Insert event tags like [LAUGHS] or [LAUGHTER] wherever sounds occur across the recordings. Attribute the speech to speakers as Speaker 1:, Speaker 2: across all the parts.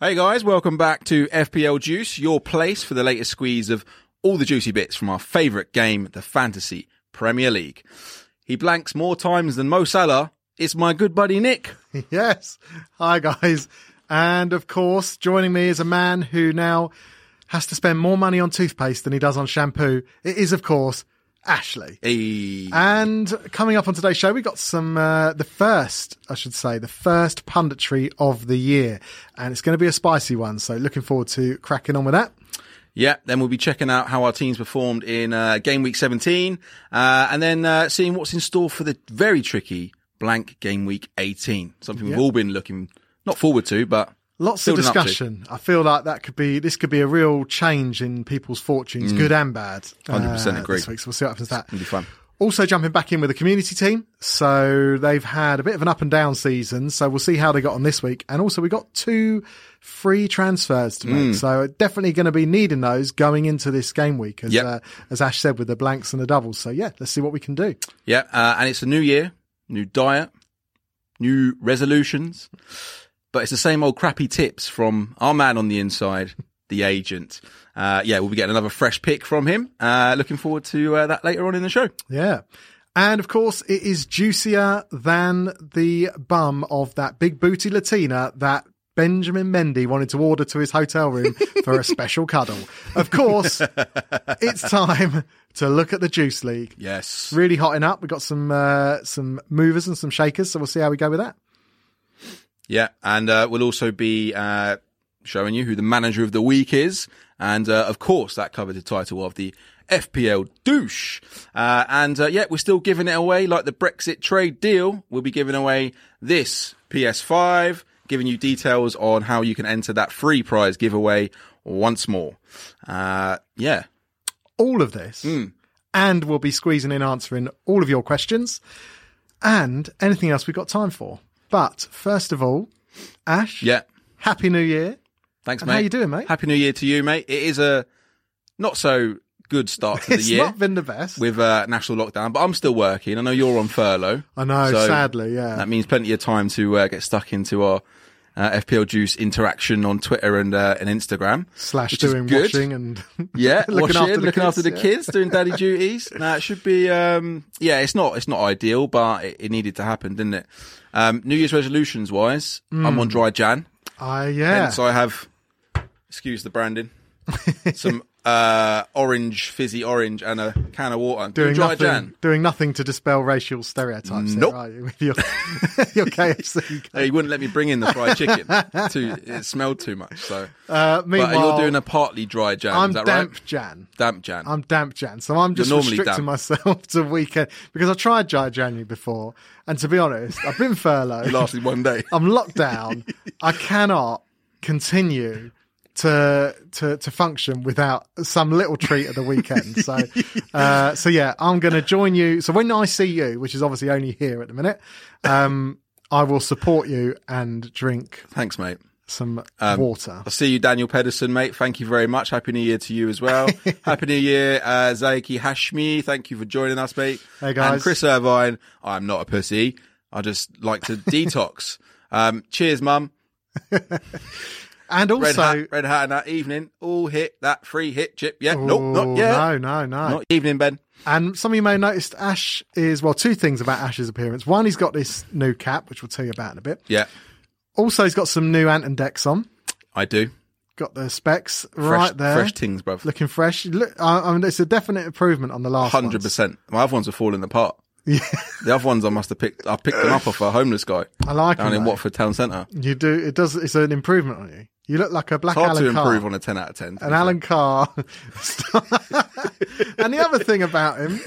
Speaker 1: Hey guys, welcome back to FPL Juice, your place for the latest squeeze of all the juicy bits from our favourite game, the Fantasy Premier League. He blanks more times than Mo Salah. It's my good buddy Nick.
Speaker 2: [LAUGHS] Yes. Hi, guys. And of course, joining me is a man who now has to spend more money on toothpaste than he does on shampoo. It is, of course, Ashley.
Speaker 1: Hey.
Speaker 2: And coming up on today's show, we got some, uh, the first, I should say, the first punditry of the year. And it's going to be a spicy one. So looking forward to cracking on with that.
Speaker 1: Yeah, then we'll be checking out how our teams performed in uh, game week 17 uh, and then uh, seeing what's in store for the very tricky blank game week 18. Something we've all been looking not forward to, but
Speaker 2: Lots
Speaker 1: building
Speaker 2: of
Speaker 1: up to.
Speaker 2: discussion. I feel like that could be, this could be a real change in people's fortunes, good and bad. Uh,
Speaker 1: 100% Mm. agree.
Speaker 2: This week. So we'll see what happens to that.
Speaker 1: It'll be fun.
Speaker 2: Also jumping back in with the community team. So they've had a bit of an up and down season. So we'll see how they got on this week. And also we got two free transfers to make. So definitely going to be needing those going into this game week, as,
Speaker 1: Yep.
Speaker 2: uh, as Ash said, with the blanks and the doubles. So yeah, let's see what we can do.
Speaker 1: Yeah, uh, and it's a new year, new diet, new resolutions, but it's the same old crappy tips from our man on the inside, the agent. Uh, yeah, we'll be getting another fresh pick from him. Uh, looking forward to uh, that later on in the show.
Speaker 2: Yeah. And of course, it is juicier than the bum of that big booty Latina that Benjamin Mendy wanted to order to his hotel room for a special cuddle. Of course, it's time to look at the Juice League.
Speaker 1: Yes.
Speaker 2: Really hotting up. We've got some uh, some movers and some shakers, so we'll see how we go with that.
Speaker 1: Yeah, and uh, we'll also be uh, showing you who the manager of the week is, and uh, of course that coveted title of the FPL douche. Uh, and uh, yeah, we're still giving it away like the Brexit trade deal. We'll be giving away this PS5, giving you details on how you can enter that free prize giveaway once more. Uh, yeah,
Speaker 2: all of this, and we'll be squeezing in answering all of your questions and anything else we've got time for. But first of all, Ash,
Speaker 1: yeah.
Speaker 2: happy new year.
Speaker 1: Thanks,
Speaker 2: And
Speaker 1: mate.
Speaker 2: how you doing, mate?
Speaker 1: Happy New Year to you, mate. It is a not so good start to the
Speaker 2: [LAUGHS] It's
Speaker 1: year.
Speaker 2: not been the best.
Speaker 1: with uh, national lockdown, but I'm still working. I know you're on furlough.
Speaker 2: I know,
Speaker 1: So um,
Speaker 2: sadly, yeah.
Speaker 1: That means plenty of time to uh, get stuck into our uh, FPL Juice interaction on Twitter and uh, and Instagram.
Speaker 2: Slash
Speaker 1: which is
Speaker 2: doing
Speaker 1: good.
Speaker 2: watching and
Speaker 1: [LAUGHS] Yeah,
Speaker 2: [LAUGHS] looking
Speaker 1: watching,
Speaker 2: after the
Speaker 1: looking
Speaker 2: kids,
Speaker 1: after the
Speaker 2: yeah.
Speaker 1: kids, doing daddy
Speaker 2: [LAUGHS]
Speaker 1: duties. Nah, it should be. Um, yeah, it's not. It's not ideal, but it, it needed to happen, didn't it? Um, New Year's resolutions wise, I'm on dry Jan,
Speaker 2: I Hmm. yeah.
Speaker 1: so I have. Excuse the
Speaker 2: [LAUGHS]
Speaker 1: branding. Some uh, orange fizzy orange and a can of water.
Speaker 2: Doing
Speaker 1: dry
Speaker 2: nothing,
Speaker 1: Jan.
Speaker 2: doing nothing to dispel racial stereotypes.
Speaker 1: Nope.
Speaker 2: Here, are you, with your, [LAUGHS]
Speaker 1: [LAUGHS]
Speaker 2: your KFC.
Speaker 1: Uh, he wouldn't let me bring in the fried
Speaker 2: [LAUGHS]
Speaker 1: chicken. Too, it smelled too much. So,
Speaker 2: Uh,
Speaker 1: but
Speaker 2: meanwhile,
Speaker 1: you're doing a partly dry jam.
Speaker 2: I'm
Speaker 1: is that
Speaker 2: damp
Speaker 1: right?
Speaker 2: Jan.
Speaker 1: Damp jam.
Speaker 2: I'm damp Jan, so I'm just
Speaker 1: You're normally damp.
Speaker 2: restricting myself [LAUGHS] to weekend because I tried dry January before, and to be honest, I've
Speaker 1: [LAUGHS]
Speaker 2: been furloughed.
Speaker 1: lasted one day.
Speaker 2: I'm locked down. I cannot continue to to to function without some little treat at the
Speaker 1: [LAUGHS]
Speaker 2: weekend. So uh, so yeah, I'm going to join you. So when I see you, which is obviously only here at the minute, um, I will support you and drink
Speaker 1: Thanks, mate.
Speaker 2: some
Speaker 1: Um,
Speaker 2: water.
Speaker 1: I see you, Daniel Pedersen, mate. Thank you very much. Happy New Year to you as
Speaker 2: [LAUGHS]
Speaker 1: well. Happy New Year, uh, Zaiki Hashmi. Thank you for joining us, mate.
Speaker 2: Hey, guys.
Speaker 1: And Chris Irvine. I'm not a pussy. I just like
Speaker 2: [LAUGHS]
Speaker 1: to detox. Um, cheers, mum.
Speaker 2: And also,
Speaker 1: Red hat, red hat, and that evening. All hit that free hit chip. Yeah, nope,
Speaker 2: Ooh,
Speaker 1: not yet.
Speaker 2: no, no, no.
Speaker 1: Not evening, Ben.
Speaker 2: And some of you may have noticed Ash is, well, two things about Ash's appearance. One, he's got this new cap, which we'll tell you about in a bit.
Speaker 1: Yeah,
Speaker 2: Also, he's got some new Anton decks on.
Speaker 1: I do.
Speaker 2: Got the specs
Speaker 1: Fresh,
Speaker 2: right there.
Speaker 1: fresh things, bruv.
Speaker 2: Looking fresh. Look, I, I mean, it's a definite improvement on the last
Speaker 1: Hundred
Speaker 2: [LAUGHS] ones.
Speaker 1: percent. My other ones are falling apart. the other ones I must have picked. I picked them up off a homeless guy
Speaker 2: I like
Speaker 1: down
Speaker 2: him,
Speaker 1: in
Speaker 2: though.
Speaker 1: Watford town centre. It's
Speaker 2: You do, it does, it's an improvement on you. You look like a black
Speaker 1: hard
Speaker 2: Alan
Speaker 1: to
Speaker 2: Carr.
Speaker 1: improve on a ten out of ten. to
Speaker 2: an
Speaker 1: be
Speaker 2: Alan Carr. [LAUGHS] and the other thing about
Speaker 1: [LAUGHS]
Speaker 2: him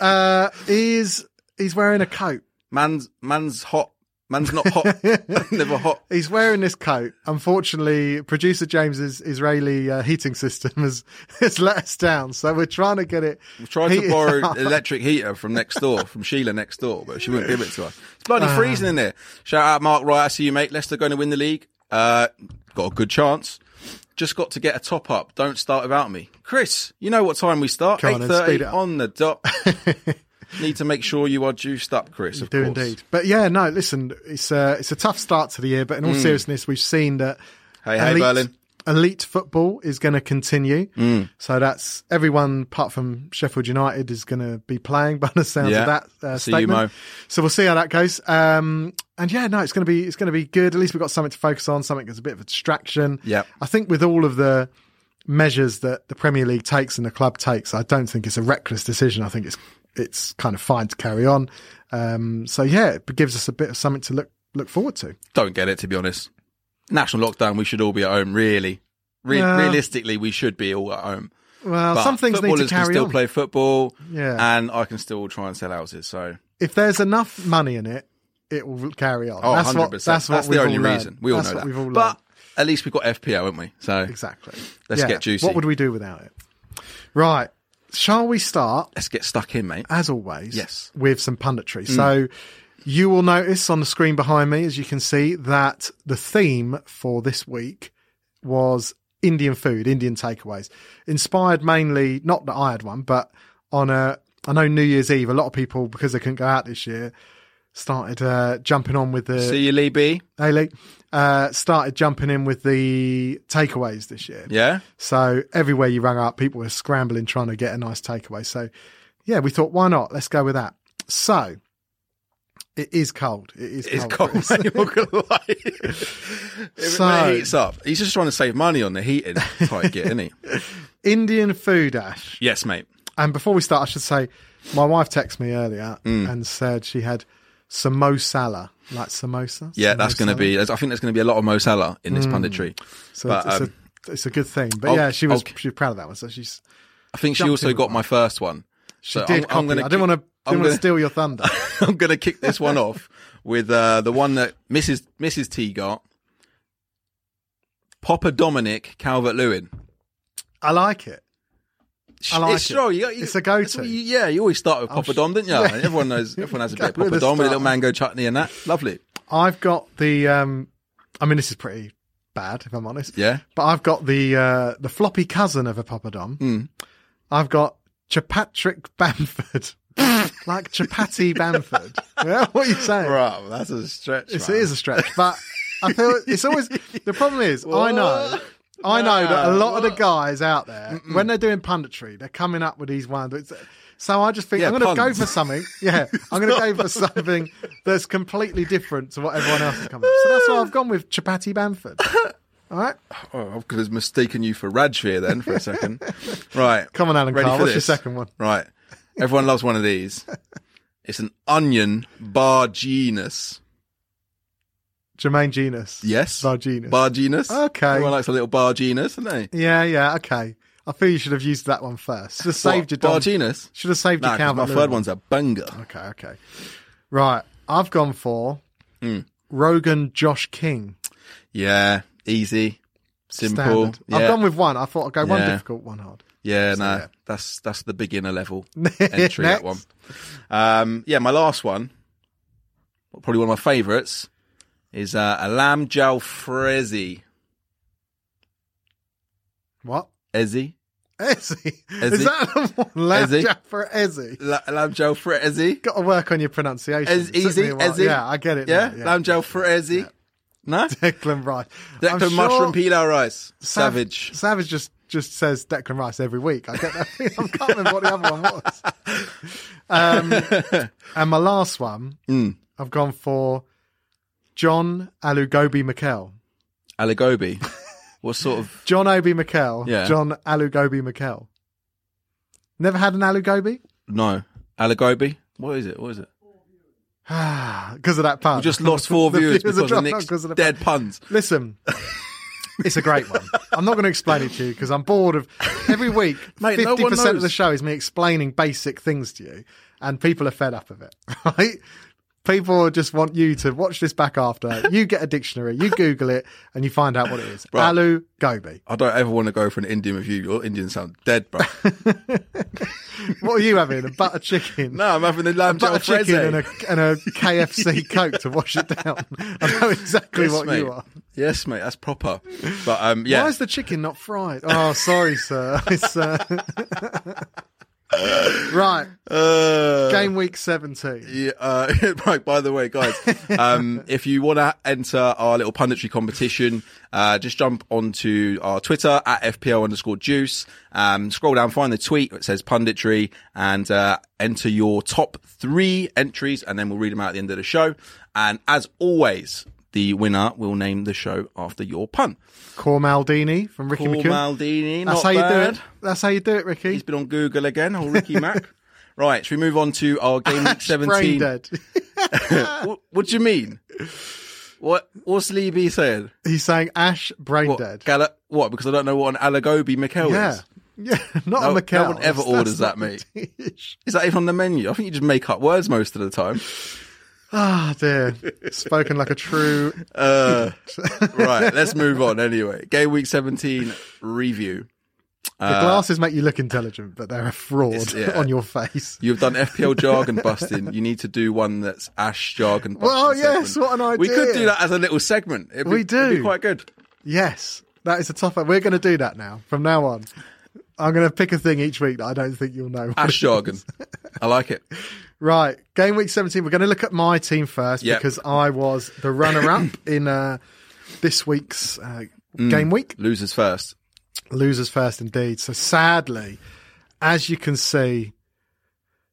Speaker 2: uh, is he's wearing a coat.
Speaker 1: fair. Man's man's hot. Man's not hot. [LAUGHS] Never hot.
Speaker 2: He's wearing this coat. Unfortunately, producer James's Israeli uh, heating system has, [LAUGHS] has let us down. So we're trying to get it.
Speaker 1: We tried to
Speaker 2: heated
Speaker 1: borrow
Speaker 2: [LAUGHS] up.
Speaker 1: an electric heater from next door, from Sheila next door, but she wouldn't give it to us. It's bloody
Speaker 2: Ah.
Speaker 1: freezing in there. Shout out Mark Wright. I see you, mate. Leicester going to win the league. Uh, got a good chance. Just got to get a top up. Don't start without me, Chris. You know what time we start?
Speaker 2: Come on
Speaker 1: Eight
Speaker 2: then, speed
Speaker 1: thirty
Speaker 2: it up.
Speaker 1: on the
Speaker 2: [LAUGHS]
Speaker 1: dot. Need to make sure you are juiced up, Chris. Of
Speaker 2: Do
Speaker 1: course.
Speaker 2: uh, indeed. But yeah, no, listen, it's a, it's a tough start to the year, but in all seriousness, we've seen that
Speaker 1: Hmm. Hey, hey,
Speaker 2: elite,
Speaker 1: Berlin. Hmm.
Speaker 2: elite football is going to continue. So that's everyone apart from Sheffield United is going to be playing by the sounds
Speaker 1: Yeah.
Speaker 2: of that uh,
Speaker 1: See you,
Speaker 2: statement.
Speaker 1: Mo.
Speaker 2: So we'll see how that goes. Um, and yeah, no, it's going to be it's going to be good. At least we've got something to focus on, something that's a bit of a distraction.
Speaker 1: Yep.
Speaker 2: I think with all of the measures that the Premier League takes and the club takes, I don't think it's a reckless decision. I think it's it's kind of fine to carry on. Um, so yeah, it gives us a bit of something to look look forward to.
Speaker 1: Don't get it, to be honest. National lockdown, we should all be at home, really. Re-
Speaker 2: Yeah.
Speaker 1: Realistically, we should be all at home.
Speaker 2: Well,
Speaker 1: But
Speaker 2: some things need to
Speaker 1: footballers can
Speaker 2: carry
Speaker 1: still
Speaker 2: on.
Speaker 1: play football,
Speaker 2: Yeah.
Speaker 1: and I can still try and sell houses. So,
Speaker 2: If there's enough money in it, it will carry on.
Speaker 1: oh,
Speaker 2: that's
Speaker 1: 100%.
Speaker 2: what
Speaker 1: that's,
Speaker 2: that's what
Speaker 1: the
Speaker 2: we've
Speaker 1: only
Speaker 2: all learned.
Speaker 1: reason. We all
Speaker 2: That's
Speaker 1: know
Speaker 2: what
Speaker 1: that.
Speaker 2: We've all learned.
Speaker 1: but at least we got FPO, haven't we? So,
Speaker 2: Exactly.
Speaker 1: Let's get juicy.
Speaker 2: What would we do without it? Right. Shall we start,
Speaker 1: let's get stuck in, mate.
Speaker 2: as always,
Speaker 1: Yes. Mm.
Speaker 2: with some punditry? So you will notice on the screen behind me, as you can see, that the theme for this week was Indian food, Indian takeaways, inspired mainly, not that I had one, but on a, I know New Year's Eve, a lot of people, because they couldn't go out this year, started uh, jumping on with the,
Speaker 1: See you, Lee B.
Speaker 2: hey, Lee, uh, started jumping in with the takeaways this year.
Speaker 1: Yeah?
Speaker 2: So everywhere you rang up, people were scrambling trying to get a nice takeaway. So yeah, we thought, why not? Let's go with that. So it is cold. It is
Speaker 1: It's cold,
Speaker 2: cold. Chris.
Speaker 1: mate. Not gonna lie. [LAUGHS] It
Speaker 2: So-
Speaker 1: heats up. He's just trying to save money on the heating type gear,
Speaker 2: [LAUGHS]
Speaker 1: isn't he?
Speaker 2: [LAUGHS] Indian food, Ash.
Speaker 1: Yes, mate.
Speaker 2: And before we start, I should say my wife texted me earlier
Speaker 1: Mm.
Speaker 2: and said she had samosala, like samosa.
Speaker 1: Yeah, that's going to
Speaker 2: samosala.
Speaker 1: be. I think there's going to be a lot of Mo Salah in this punditry.
Speaker 2: So
Speaker 1: but,
Speaker 2: it's,
Speaker 1: um,
Speaker 2: a, it's a good thing. But
Speaker 1: I'll-
Speaker 2: yeah, she was
Speaker 1: I'll-
Speaker 2: she was proud of that one. So she's
Speaker 1: I think she
Speaker 2: Jumped
Speaker 1: also
Speaker 2: in
Speaker 1: got
Speaker 2: with
Speaker 1: my first one.
Speaker 2: she
Speaker 1: So I'm,
Speaker 2: did.
Speaker 1: I'm
Speaker 2: copy.
Speaker 1: going
Speaker 2: I didn't want to
Speaker 1: I'm
Speaker 2: didn't want to
Speaker 1: gonna-
Speaker 2: steal
Speaker 1: [LAUGHS]
Speaker 2: your thunder.
Speaker 1: I'm going to kick this one off with uh, the one that Mrs. Mrs. T got. Papa Dominic Calvert Lewin.
Speaker 2: I like it. I like
Speaker 1: it's
Speaker 2: it.
Speaker 1: strong. You got- you-
Speaker 2: It's a go-to.
Speaker 1: that's what you- yeah, you always start with Papa Dom, didn't
Speaker 2: [LAUGHS]
Speaker 1: you? And Everyone knows. Everyone has a bit of
Speaker 2: Go with
Speaker 1: Papa
Speaker 2: the
Speaker 1: Dom with a
Speaker 2: start.
Speaker 1: little mango chutney and that. Lovely.
Speaker 2: I've got the. Um, I mean, this is pretty bad, if I'm honest.
Speaker 1: Yeah.
Speaker 2: But I've got the uh, the floppy cousin of a papadom. I've got Chapatrick Bamford, like Chapati Bamford. yeah, what are you saying?
Speaker 1: Right, that's a stretch.
Speaker 2: It's, it is a stretch, but I feel it's always the problem
Speaker 1: [LAUGHS]
Speaker 2: is I know. I know that a
Speaker 1: Wow,
Speaker 2: lot of the guys out there, when they're doing punditry, they're coming up with these ones. It's- So I just think
Speaker 1: Yeah,
Speaker 2: I'm going to go
Speaker 1: puns.
Speaker 2: for something. Yeah, I'm going to go
Speaker 1: [LAUGHS]
Speaker 2: for something that's completely different to what everyone else is coming up. So that's why I've gone with Chapati
Speaker 1: [LAUGHS]
Speaker 2: Bamford. All right,
Speaker 1: Oh, I've just mistaken you for Rajvir then for a second. [LAUGHS] right.
Speaker 2: come on, Alan
Speaker 1: Ready
Speaker 2: Carr.
Speaker 1: for
Speaker 2: What's your
Speaker 1: this?
Speaker 2: second one?
Speaker 1: Right. Everyone loves one of these. It's an onion bar genus.
Speaker 2: Jermaine Genus.
Speaker 1: Yes.
Speaker 2: Bar genus.
Speaker 1: Bar genus.
Speaker 2: Okay.
Speaker 1: Everyone likes a little bar genus, don't they?
Speaker 2: yeah, yeah. Okay, I feel you should have used that one first. Should have
Speaker 1: What,
Speaker 2: saved your
Speaker 1: bar
Speaker 2: Dom.
Speaker 1: genus.
Speaker 2: Should have saved
Speaker 1: Nah,
Speaker 2: your
Speaker 1: 'cause my
Speaker 2: Calvert-Lewin
Speaker 1: third
Speaker 2: one.
Speaker 1: one's a banger.
Speaker 2: Okay, okay. Right. I've gone for
Speaker 1: Mm.
Speaker 2: Rogan Josh King.
Speaker 1: Yeah. Easy. Simple.
Speaker 2: Standard.
Speaker 1: Yeah.
Speaker 2: I've gone with one. I thought I'd go one
Speaker 1: Yeah.
Speaker 2: difficult, one hard.
Speaker 1: Yeah, no,
Speaker 2: yeah.
Speaker 1: that's that's the beginner level
Speaker 2: [LAUGHS]
Speaker 1: entry.
Speaker 2: Next.
Speaker 1: that one. Um, yeah, my last one, well, probably one of my favourites, is uh, a lamb jalfrezi.
Speaker 2: What?
Speaker 1: Ezzy,
Speaker 2: Ezzy.
Speaker 1: Ezzy.
Speaker 2: Is that the one? Last
Speaker 1: Ezzy.
Speaker 2: jab for Ezzy.
Speaker 1: La- lamb jalfrezi.
Speaker 2: Got to work on your pronunciation.
Speaker 1: Ez-
Speaker 2: It took me
Speaker 1: easy,
Speaker 2: a while.
Speaker 1: Ezzy.
Speaker 2: Yeah, I get it.
Speaker 1: Yeah,
Speaker 2: now,
Speaker 1: lamb jalfrezi. No,
Speaker 2: [LAUGHS] Declan Rice. [LAUGHS] I'm
Speaker 1: Declan mushroom
Speaker 2: sure
Speaker 1: pilau rice.
Speaker 2: Sav-
Speaker 1: Savage. [LAUGHS]
Speaker 2: Savage just just says Declan Rice every week. I get that. [LAUGHS] I can't remember what the other one was.
Speaker 1: [LAUGHS]
Speaker 2: Um, and my last one,
Speaker 1: Hmm.
Speaker 2: I've gone for John Alugobi Mikel. [LAUGHS]
Speaker 1: Aligobi. what sort of?
Speaker 2: John Obi Mikel.
Speaker 1: Yeah.
Speaker 2: John Alugobi Mikel. Never had an Alugobi?
Speaker 1: No, Aligobi. What is it? What is it?
Speaker 2: Because Ah, of that pun.
Speaker 1: We just lost [LAUGHS] four
Speaker 2: The
Speaker 1: viewers
Speaker 2: viewers
Speaker 1: because
Speaker 2: are
Speaker 1: of
Speaker 2: dropped, not
Speaker 1: Nick's
Speaker 2: 'cause of the-
Speaker 1: dead puns. [LAUGHS]
Speaker 2: Listen, it's a great one. I'm not going to explain it to you because I'm bored of every week.
Speaker 1: [LAUGHS] Mate, no
Speaker 2: Fifty
Speaker 1: one
Speaker 2: percent
Speaker 1: knows.
Speaker 2: of the show is me explaining basic things to you, and people are fed up of it. [LAUGHS] Right? People just want you to watch this back after. You get a dictionary, you Google it, and you find out what it is.
Speaker 1: Right.
Speaker 2: Alu gobi.
Speaker 1: I don't ever want to go for an Indian with you. Your Indian sound dead, bro.
Speaker 2: What are you having? A butter chicken.
Speaker 1: No, I'm having the lamb
Speaker 2: Butter
Speaker 1: jalfrezi.
Speaker 2: chicken and a, and a KFC Coke to wash it down. I know exactly
Speaker 1: Yes,
Speaker 2: what
Speaker 1: mate.
Speaker 2: you are.
Speaker 1: Yes, mate, that's proper. But um, yeah,
Speaker 2: Why is the chicken not fried? Oh, sorry, sir. It's, uh... [LAUGHS] right.
Speaker 1: uh,
Speaker 2: game week 17.
Speaker 1: Yeah, uh, [LAUGHS] right, by the way, guys,
Speaker 2: [LAUGHS]
Speaker 1: um, if you want to enter our little punditry competition, uh, just jump onto our Twitter at FPL underscore juice. Um, scroll down, find the tweet that says punditry and, uh, enter your top three entries and then we'll read them out at the end of the show. And as always, the winner will name the show after your pun.
Speaker 2: Cormaldini from Ricky
Speaker 1: Paul
Speaker 2: McCoon.
Speaker 1: Maldini, not
Speaker 2: That's how
Speaker 1: bad.
Speaker 2: you do it. That's how you do it, Ricky.
Speaker 1: He's been on Google again, or Ricky
Speaker 2: [LAUGHS]
Speaker 1: Mac. Right, should we move on to our game week 17?
Speaker 2: Brain dead. [LAUGHS]
Speaker 1: what, what do you mean? What what's Lee B saying?
Speaker 2: He's saying Ash brain
Speaker 1: What,
Speaker 2: dead.
Speaker 1: Gala, what? Because I don't know what an Alagobi Mikel
Speaker 2: Yeah. [LAUGHS]
Speaker 1: is.
Speaker 2: Yeah, not
Speaker 1: No-
Speaker 2: a
Speaker 1: no
Speaker 2: Mikel.
Speaker 1: one ever
Speaker 2: That's-
Speaker 1: orders
Speaker 2: that's
Speaker 1: that,
Speaker 2: not
Speaker 1: mate.
Speaker 2: the dish.
Speaker 1: Is that even on the menu? I think you just make up words most of the time.
Speaker 2: Ah,
Speaker 1: [LAUGHS]
Speaker 2: dear. Spoken like a true.
Speaker 1: Uh,
Speaker 2: [LAUGHS]
Speaker 1: right, let's move on anyway. Game week 17 review.
Speaker 2: The glasses make you look intelligent, but they're a fraud
Speaker 1: Uh, yeah.
Speaker 2: [LAUGHS] on your face.
Speaker 1: You've done FPL jargon busting. You need to do one that's Ash jargon busting.
Speaker 2: Well, yes,
Speaker 1: segment.
Speaker 2: what an
Speaker 1: We could
Speaker 2: idea.
Speaker 1: do that as a little segment. It'd be,
Speaker 2: We do.
Speaker 1: It'd be quite good.
Speaker 2: Yes, that is a tough. We're going to do that now. From now on, I'm going to pick a thing each week that I don't think you'll know.
Speaker 1: Ash jargon. I like it.
Speaker 2: [LAUGHS] Right, game week 17. We're going to look at my team first
Speaker 1: Yep.
Speaker 2: because I was
Speaker 1: [COUGHS]
Speaker 2: the runner-up in uh, this week's uh,
Speaker 1: Mm.
Speaker 2: game week.
Speaker 1: Losers first.
Speaker 2: Losers first, indeed. So sadly, as you can see,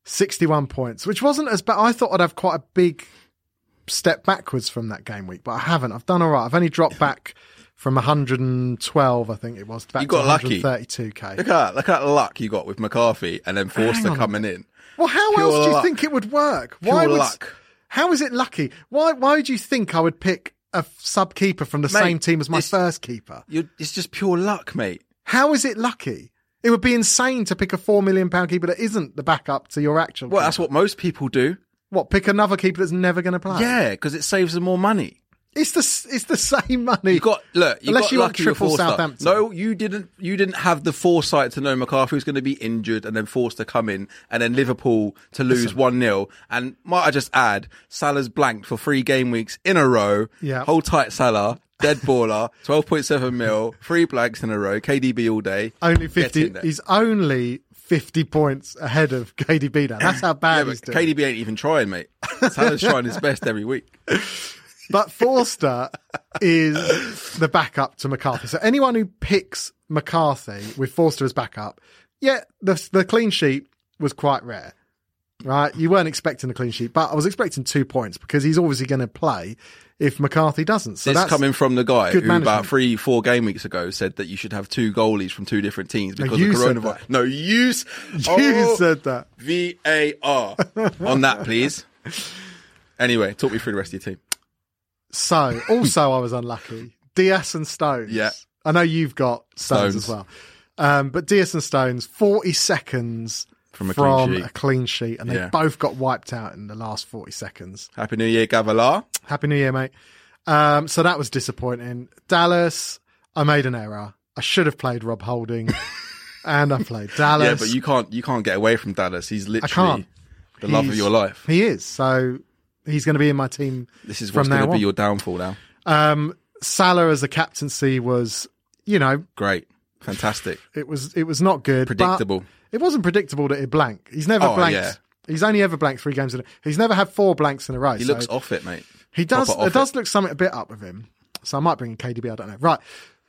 Speaker 2: 61 points, which wasn't as bad. I thought I'd have quite a big step backwards from that game week, but I haven't. I've done all right. I've only dropped back from 112, I think it was, back
Speaker 1: You got
Speaker 2: to
Speaker 1: lucky.
Speaker 2: 132k.
Speaker 1: Look at look at the luck you got with McCarthy and then Forster coming in.
Speaker 2: Well, how
Speaker 1: Pure
Speaker 2: else do you
Speaker 1: luck.
Speaker 2: think it would work? Why
Speaker 1: Pure
Speaker 2: would
Speaker 1: luck.
Speaker 2: How is it lucky? Why why would you think I would pick a sub keeper from the
Speaker 1: Mate,
Speaker 2: same team as my
Speaker 1: this-
Speaker 2: first keeper?
Speaker 1: You, it's just pure luck, mate.
Speaker 2: How is it lucky? It would be insane to pick a four million pound keeper that isn't the backup to your actual.
Speaker 1: Well,
Speaker 2: keeper.
Speaker 1: that's what most people do.
Speaker 2: what pick another keeper that's never going to play?
Speaker 1: Yeah, because it saves them more money.
Speaker 2: it's the s- it's the [LAUGHS] same money.
Speaker 1: You got look. You
Speaker 2: Unless
Speaker 1: got
Speaker 2: you want
Speaker 1: lucky with
Speaker 2: triple
Speaker 1: Forster.
Speaker 2: Southampton.
Speaker 1: No, you didn't. You didn't have the foresight to know McCarthy was going to be injured and then Forster come in and then Liverpool to lose one 0 And might I just add, Salah's blanked for three game weeks in a row.
Speaker 2: Yeah.
Speaker 1: hold tight, Salah. Dead baller. [LAUGHS] Twelve point seven mil. Three blanks in a row. KDB all day.
Speaker 2: only
Speaker 1: Get
Speaker 2: fifty.
Speaker 1: in there.
Speaker 2: He's only fifty points ahead of KDB now. That's how
Speaker 1: Yeah,
Speaker 2: bad
Speaker 1: but
Speaker 2: he's doing.
Speaker 1: KDB ain't even trying, mate. Salah's trying his best every week.
Speaker 2: But Forster is the backup to McCarthy. So anyone who picks McCarthy with Forster as backup, yeah, the the clean sheet was quite rare. Right, you weren't expecting a clean sheet, but I was expecting two points because he's obviously going to play if McCarthy doesn't. So
Speaker 1: This
Speaker 2: that's
Speaker 1: coming from the guy who
Speaker 2: good
Speaker 1: about
Speaker 2: management.
Speaker 1: three, four game weeks ago said that you should have two goalies from two different teams because
Speaker 2: you
Speaker 1: of
Speaker 2: said
Speaker 1: coronavirus.
Speaker 2: that.
Speaker 1: No use. You
Speaker 2: [LAUGHS] [LAUGHS]
Speaker 1: oh,
Speaker 2: you said that.
Speaker 1: VAR on that, please. Anyway, talk me through the rest of your team.
Speaker 2: So, also, I was unlucky. Diaz and Stones.
Speaker 1: Yeah.
Speaker 2: I know you've got Stones,
Speaker 1: Stones.
Speaker 2: as well. Um, but Diaz and Stones, 40 seconds
Speaker 1: From
Speaker 2: from
Speaker 1: a
Speaker 2: a,
Speaker 1: clean sheet.
Speaker 2: clean sheet, and they
Speaker 1: Yeah.
Speaker 2: both got wiped out in the last 40 seconds.
Speaker 1: Happy New Year, Gavilar.
Speaker 2: Happy New Year, mate. Um, so that was disappointing. Dallas, I made an error. I should have played
Speaker 1: [LAUGHS]
Speaker 2: Rob Holding, and I played Dallas.
Speaker 1: Yeah, but you can't you can't get away from Dallas. He's literally
Speaker 2: can't.
Speaker 1: the love of
Speaker 2: He's-
Speaker 1: your life.
Speaker 2: He is. So he's going to be in my team.
Speaker 1: This is what's
Speaker 2: from
Speaker 1: going
Speaker 2: now
Speaker 1: to be
Speaker 2: on.
Speaker 1: your downfall now.
Speaker 2: Um, Salah as a captaincy was, you know,
Speaker 1: Great, fantastic,
Speaker 2: It was it was not good. but
Speaker 1: predictable.
Speaker 2: It wasn't predictable that it blank. He's never
Speaker 1: Oh,
Speaker 2: blanked.
Speaker 1: yeah.
Speaker 2: He's only ever blanked three games in a He's never had four blanks in a row.
Speaker 1: He
Speaker 2: so
Speaker 1: looks off it, mate.
Speaker 2: he does
Speaker 1: proper off
Speaker 2: it does look something a bit up with him. So I might bring in KDB, I don't know. Right.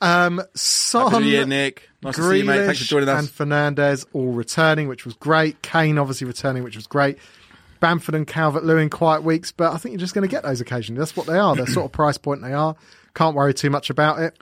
Speaker 2: Um
Speaker 1: Happy
Speaker 2: Son
Speaker 1: New Year, Nick. Nice to see you, mate. Thanks for joining
Speaker 2: Grealish
Speaker 1: us.
Speaker 2: and Fernandez all returning, which was great. Kane obviously returning, which was great. Bamford and Calvert Lewin quiet weeks, but I think you're just going to get those occasionally. That's what they are. They're sort of price point they are. Can't worry too much about it.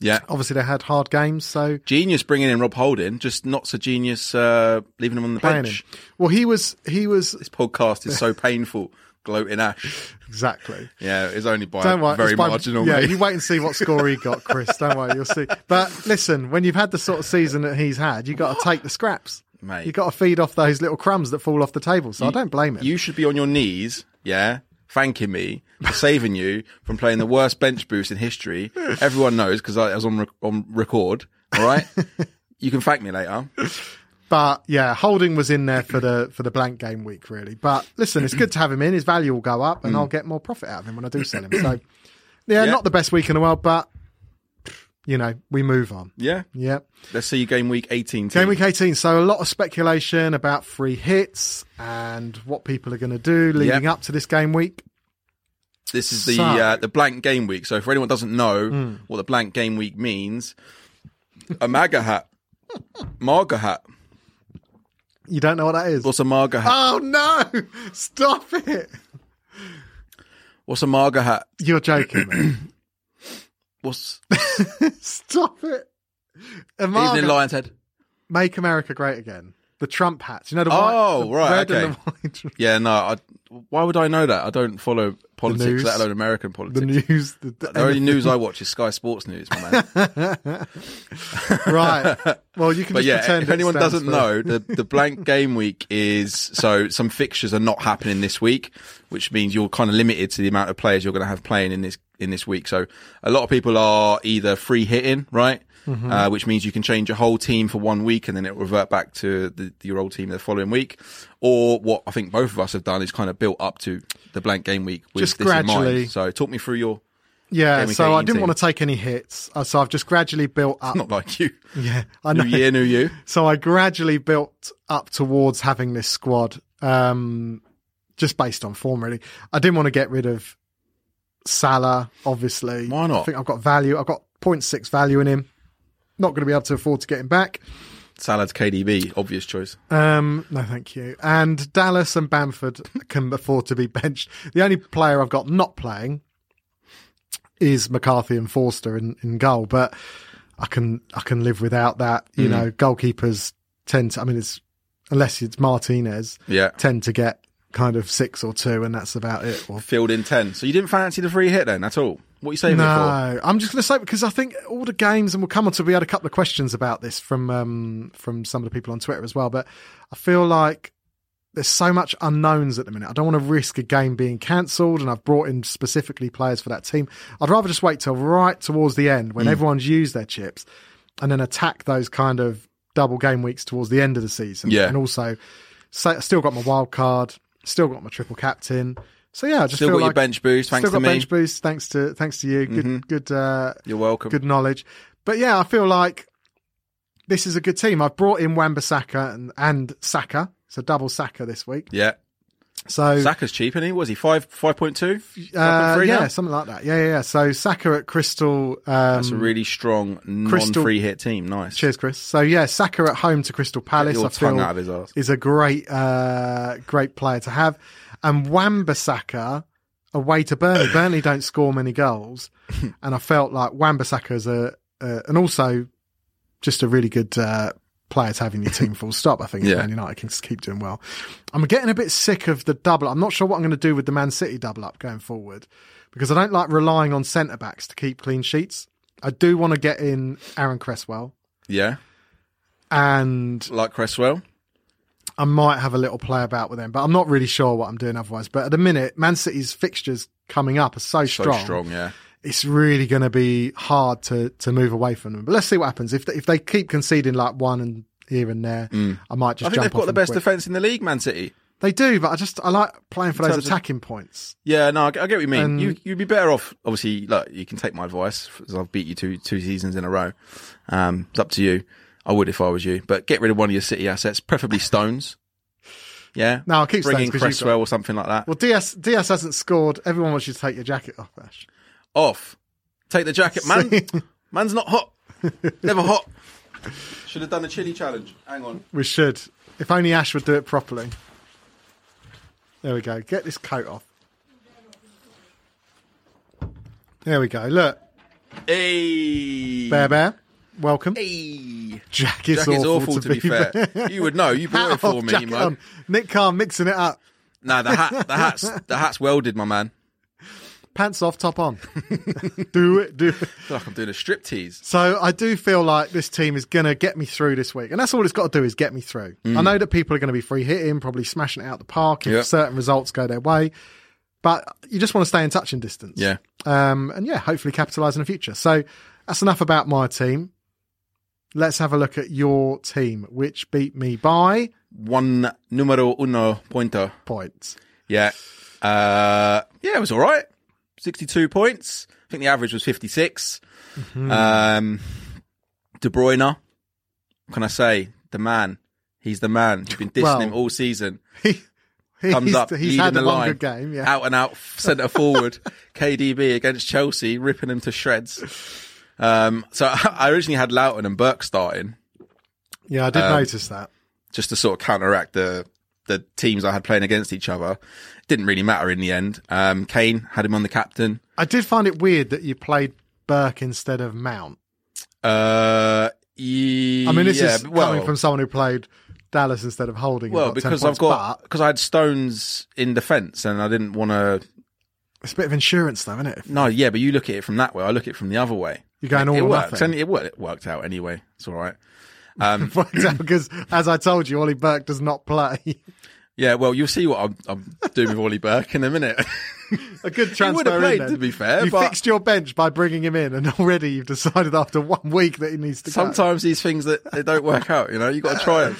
Speaker 1: yeah,
Speaker 2: Obviously, they had hard games, so
Speaker 1: genius bringing in Rob Holding, just not so genius uh, leaving him on the
Speaker 2: playing him.
Speaker 1: bench.
Speaker 2: Well, he was he was
Speaker 1: This podcast is so painful. Gloating Ash.
Speaker 2: Exactly.
Speaker 1: Yeah, it's only by
Speaker 2: Don't worry.
Speaker 1: very
Speaker 2: it's by-
Speaker 1: marginal.
Speaker 2: Yeah,
Speaker 1: mate.
Speaker 2: you wait and see what score he got, Chris. Don't worry, you'll see. But listen, when you've had the sort of season that he's had, you got to take the scraps.
Speaker 1: Mate.
Speaker 2: you got to feed off those little crumbs that fall off the table. So I don't blame him.
Speaker 1: you should be on your knees, yeah, thanking me for saving you from playing the worst bench boost in history. Everyone knows because I, I was on rec- on record. All right, you can thank me later.
Speaker 2: But yeah, Holding was in there for the for the blank game week, really. But listen, it's good to have him in. His value will go up, and
Speaker 1: Mm.
Speaker 2: I'll get more profit out of him when I do sell him. So yeah, not the best week in the world, but you know, we move on.
Speaker 1: Yeah.
Speaker 2: Yeah.
Speaker 1: Let's see game week 18.
Speaker 2: Game
Speaker 1: team.
Speaker 2: week 18. So a lot of speculation about free hits and what people are going to do leading
Speaker 1: Yep.
Speaker 2: up to this game week.
Speaker 1: This is the
Speaker 2: So-
Speaker 1: uh, the blank game week. So for anyone that doesn't know
Speaker 2: Hmm.
Speaker 1: what the blank game week means, a MAGA hat, MAGA hat.
Speaker 2: You don't know what that is.
Speaker 1: What's a MAGA hat?
Speaker 2: [LAUGHS] Oh no! Stop it!
Speaker 1: What's a MAGA hat?
Speaker 2: You're
Speaker 1: [CLEARS THROAT]
Speaker 2: joking. man.
Speaker 1: What's
Speaker 2: Stop it.
Speaker 1: Evening
Speaker 2: America,
Speaker 1: Lion's Head?
Speaker 2: make America great again. The Trump hats. You know the white.
Speaker 1: Oh,
Speaker 2: the
Speaker 1: right,
Speaker 2: red
Speaker 1: okay.
Speaker 2: And the, white, [LAUGHS]
Speaker 1: Yeah, no. I, why would I know that? I don't follow politics,
Speaker 2: news.
Speaker 1: let alone American
Speaker 2: the
Speaker 1: politics.
Speaker 2: news. The,
Speaker 1: The
Speaker 2: [LAUGHS]
Speaker 1: only news I watch is Sky Sports News, my man.
Speaker 2: right.
Speaker 1: [LAUGHS]
Speaker 2: Well, you can
Speaker 1: But
Speaker 2: just
Speaker 1: yeah,
Speaker 2: pretend.
Speaker 1: if
Speaker 2: it
Speaker 1: anyone
Speaker 2: stands
Speaker 1: doesn't
Speaker 2: for-
Speaker 1: know, the, the blank game week is so some fixtures are not happening this week, which means you're kind of limited to the amount of players you're going to have playing in this in this week. So a lot of people are either free hitting, right,
Speaker 2: Mm-hmm.
Speaker 1: uh, which means you can change your whole team for one week and then it will revert back to the, your old team the following week, or what I think both of us have done is kind of built up to the blank game week with
Speaker 2: Just
Speaker 1: this in
Speaker 2: gradually.
Speaker 1: mind. So talk me through your
Speaker 2: Yeah.
Speaker 1: Game
Speaker 2: So I
Speaker 1: 18
Speaker 2: didn't
Speaker 1: team.
Speaker 2: want to take any hits, uh, so I've just gradually built up.
Speaker 1: not like you.
Speaker 2: [LAUGHS] yeah, I know.
Speaker 1: New year, new you.
Speaker 2: So I gradually built up towards having this squad, um, just based on form, really. I didn't want to get rid of Salah, obviously.
Speaker 1: Why not?
Speaker 2: I think I've got value. I've got 0.6 value in him. Not going to be able to afford to get him back.
Speaker 1: Salad's KDB, obvious choice.
Speaker 2: Um, no, thank you. And Dallas and Bamford can afford to be benched. The only player I've got not playing is McCarthy and Forster in, in goal, but I can I can live without that. You know, goalkeepers tend to. I mean, it's unless it's Martinez,
Speaker 1: Yeah.
Speaker 2: tend to get kind of six or two, and that's about it. Or
Speaker 1: Field in 10. So you didn't fancy the free hit then at all? What are you saving it
Speaker 2: No, I'm just going to say because I think all the games, and we'll come on to. We had a couple of questions about this from um, from some of the people on Twitter as well, but I feel like there's so much unknowns at the minute. I don't want to risk a game being cancelled, and I've brought in specifically players for that team. I'd rather just wait till right towards the
Speaker 1: Mm.
Speaker 2: end when everyone's used their chips, and then attack those kind of double game weeks towards the end of the season.
Speaker 1: Yeah.
Speaker 2: and also, so I still got my wild card, still got my triple captain. So yeah, I just
Speaker 1: for? Still
Speaker 2: feel
Speaker 1: got your
Speaker 2: like
Speaker 1: bench boost, thanks
Speaker 2: still
Speaker 1: to me.
Speaker 2: got
Speaker 1: Mm-hmm.
Speaker 2: bench boost thanks to thanks to you good good uh
Speaker 1: You're welcome.
Speaker 2: good knowledge but yeah i feel like this is a good team i've brought in wambasaka and and saka so double saka this week
Speaker 1: Yeah.
Speaker 2: so
Speaker 1: Saka's cheap, isn't he? Was he? 5, 5.2?
Speaker 2: uh,
Speaker 1: 5.3
Speaker 2: yeah
Speaker 1: now?
Speaker 2: something like that yeah yeah, yeah. so saka at crystal um
Speaker 1: That's a really strong non
Speaker 2: Mm. Crystal-
Speaker 1: free hit team. Nice.
Speaker 2: cheers chris so yeah saka at home to crystal palace
Speaker 1: Your
Speaker 2: i
Speaker 1: tongue
Speaker 2: feel
Speaker 1: out of his ass.
Speaker 2: is a great uh great player to have and wambasaka away to Burnley. Burnley don't score many goals, and I felt like Wambasaka's a, a and also just a really good uh, player to have in your team. Full stop. I think
Speaker 1: Yeah.
Speaker 2: Man United can just keep doing well. I'm getting a bit sick of the double. I'm not sure what I'm going to do with the Man City double up going forward because I don't like relying on centre backs to keep clean sheets. I do want to get in Aaron Cresswell.
Speaker 1: Yeah.
Speaker 2: And
Speaker 1: Like Cresswell.
Speaker 2: I might have a little play about with them, but I'm not really sure what I'm doing otherwise. But at the minute, Man City's fixtures coming up are so
Speaker 1: So
Speaker 2: strong.
Speaker 1: strong, yeah.
Speaker 2: It's really going to be hard to to move away from them. But let's see what happens. If they, if they keep conceding like one and here and there, I might just
Speaker 1: Mm. I think
Speaker 2: jump
Speaker 1: they've
Speaker 2: off
Speaker 1: got the
Speaker 2: them
Speaker 1: best
Speaker 2: quick.
Speaker 1: defence in the league, Man City.
Speaker 2: They do, but I just I like playing for those
Speaker 1: terms of-
Speaker 2: attacking points.
Speaker 1: Yeah, no, I get I get what you mean.
Speaker 2: And-
Speaker 1: you, you'd be better off, obviously. Look, you can take my advice as I've beat you two two seasons in a row. Um, it's up to you. I would if I was you, but get rid of one of your city assets, preferably Stones. Yeah,
Speaker 2: No, I'll keep
Speaker 1: bring
Speaker 2: Stones
Speaker 1: in
Speaker 2: 'cause you've got-
Speaker 1: Cresswell or something like that.
Speaker 2: Well, DS DS hasn't scored. Everyone wants you to take your jacket off, Ash.
Speaker 1: Off, take the jacket,
Speaker 2: [LAUGHS]
Speaker 1: man. Man's not hot. Never hot. Should have done a chili challenge. Hang on.
Speaker 2: We should. If only Ash would do it properly. There we go. Get this coat off. There we go. Look,
Speaker 1: Hey,
Speaker 2: Bear Bear, welcome.
Speaker 1: Hey.
Speaker 2: Jack is
Speaker 1: Jacket's awful,
Speaker 2: awful,
Speaker 1: to be fair. You would know. You [LAUGHS] bought it
Speaker 2: Hat
Speaker 1: for
Speaker 2: off,
Speaker 1: me,
Speaker 2: jacket
Speaker 1: man.
Speaker 2: on. Nick Carr mixing it up.
Speaker 1: No, the hat, the hat's, the hat's welded, my man.
Speaker 2: Pants off,
Speaker 1: [LAUGHS]
Speaker 2: top on. [LAUGHS] do it, do it.
Speaker 1: feel like I'm doing a strip tease.
Speaker 2: So I do feel like this team is going to get me through this week, and that's all it's got to do is get me through.
Speaker 1: Mm.
Speaker 2: I know that people are going to be free hitting, probably smashing it out the park if
Speaker 1: Yep.
Speaker 2: certain results go their way, but you just want to stay in touch and distance.
Speaker 1: Yeah.
Speaker 2: um, and yeah, hopefully capitalise in the future. So that's enough about my team. Let's have a look at your team, which beat me by
Speaker 1: One numero uno pointer.
Speaker 2: points. [LAUGHS]
Speaker 1: Yeah. Uh, yeah, it was all right. 62 points. I think the average was 56.
Speaker 2: Mm-hmm.
Speaker 1: Um, De Bruyne, what can I say the man? He's the man. You've been dissing
Speaker 2: Well,
Speaker 1: him all season.
Speaker 2: He, he's,
Speaker 1: Comes up,
Speaker 2: he's
Speaker 1: leading
Speaker 2: had
Speaker 1: the
Speaker 2: a one
Speaker 1: line, Ah.
Speaker 2: good game. Yeah,
Speaker 1: out and out centre
Speaker 2: [LAUGHS]
Speaker 1: forward. KDB against Chelsea, ripping him to shreds. Um, so [LAUGHS] I originally had Loughton and Burke starting
Speaker 2: yeah, I did
Speaker 1: Um,
Speaker 2: notice that.
Speaker 1: just to sort of counteract the the teams I had playing against each other. Didn't really matter in the end. Um, Kane had him on the captain.
Speaker 2: I did find it weird that you played Burke instead of Mount.
Speaker 1: Uh, ye-
Speaker 2: I mean, this
Speaker 1: yeah,
Speaker 2: is
Speaker 1: but- well,
Speaker 2: coming from someone who played Dallas instead of Holding. and
Speaker 1: well
Speaker 2: got 10
Speaker 1: because I've
Speaker 2: points,
Speaker 1: got
Speaker 2: but
Speaker 1: because I had Stones in defence and I didn't want to.
Speaker 2: it's a bit of insurance, though, isn't it? If
Speaker 1: No, yeah, but you look at it from that way. I look at it from the other way.
Speaker 2: You're going all
Speaker 1: it
Speaker 2: or
Speaker 1: worked.
Speaker 2: nothing. [LAUGHS]
Speaker 1: and It, wor- it worked out anyway. It's all right. Um,
Speaker 2: because as I told you, Ollie Burke does not play.
Speaker 1: [LAUGHS]
Speaker 2: [LAUGHS]
Speaker 1: Yeah, well, you'll see what I'm, I'm doing with Ollie Burke in a minute. [LAUGHS]
Speaker 2: a good
Speaker 1: He
Speaker 2: transfer.
Speaker 1: would have played,
Speaker 2: in then.
Speaker 1: to be fair,
Speaker 2: you
Speaker 1: but-
Speaker 2: fixed your bench by bringing him in, and [LAUGHS] already you've decided after one week that he needs to go.
Speaker 1: Sometimes these things that they don't work out, you know, you got to try them.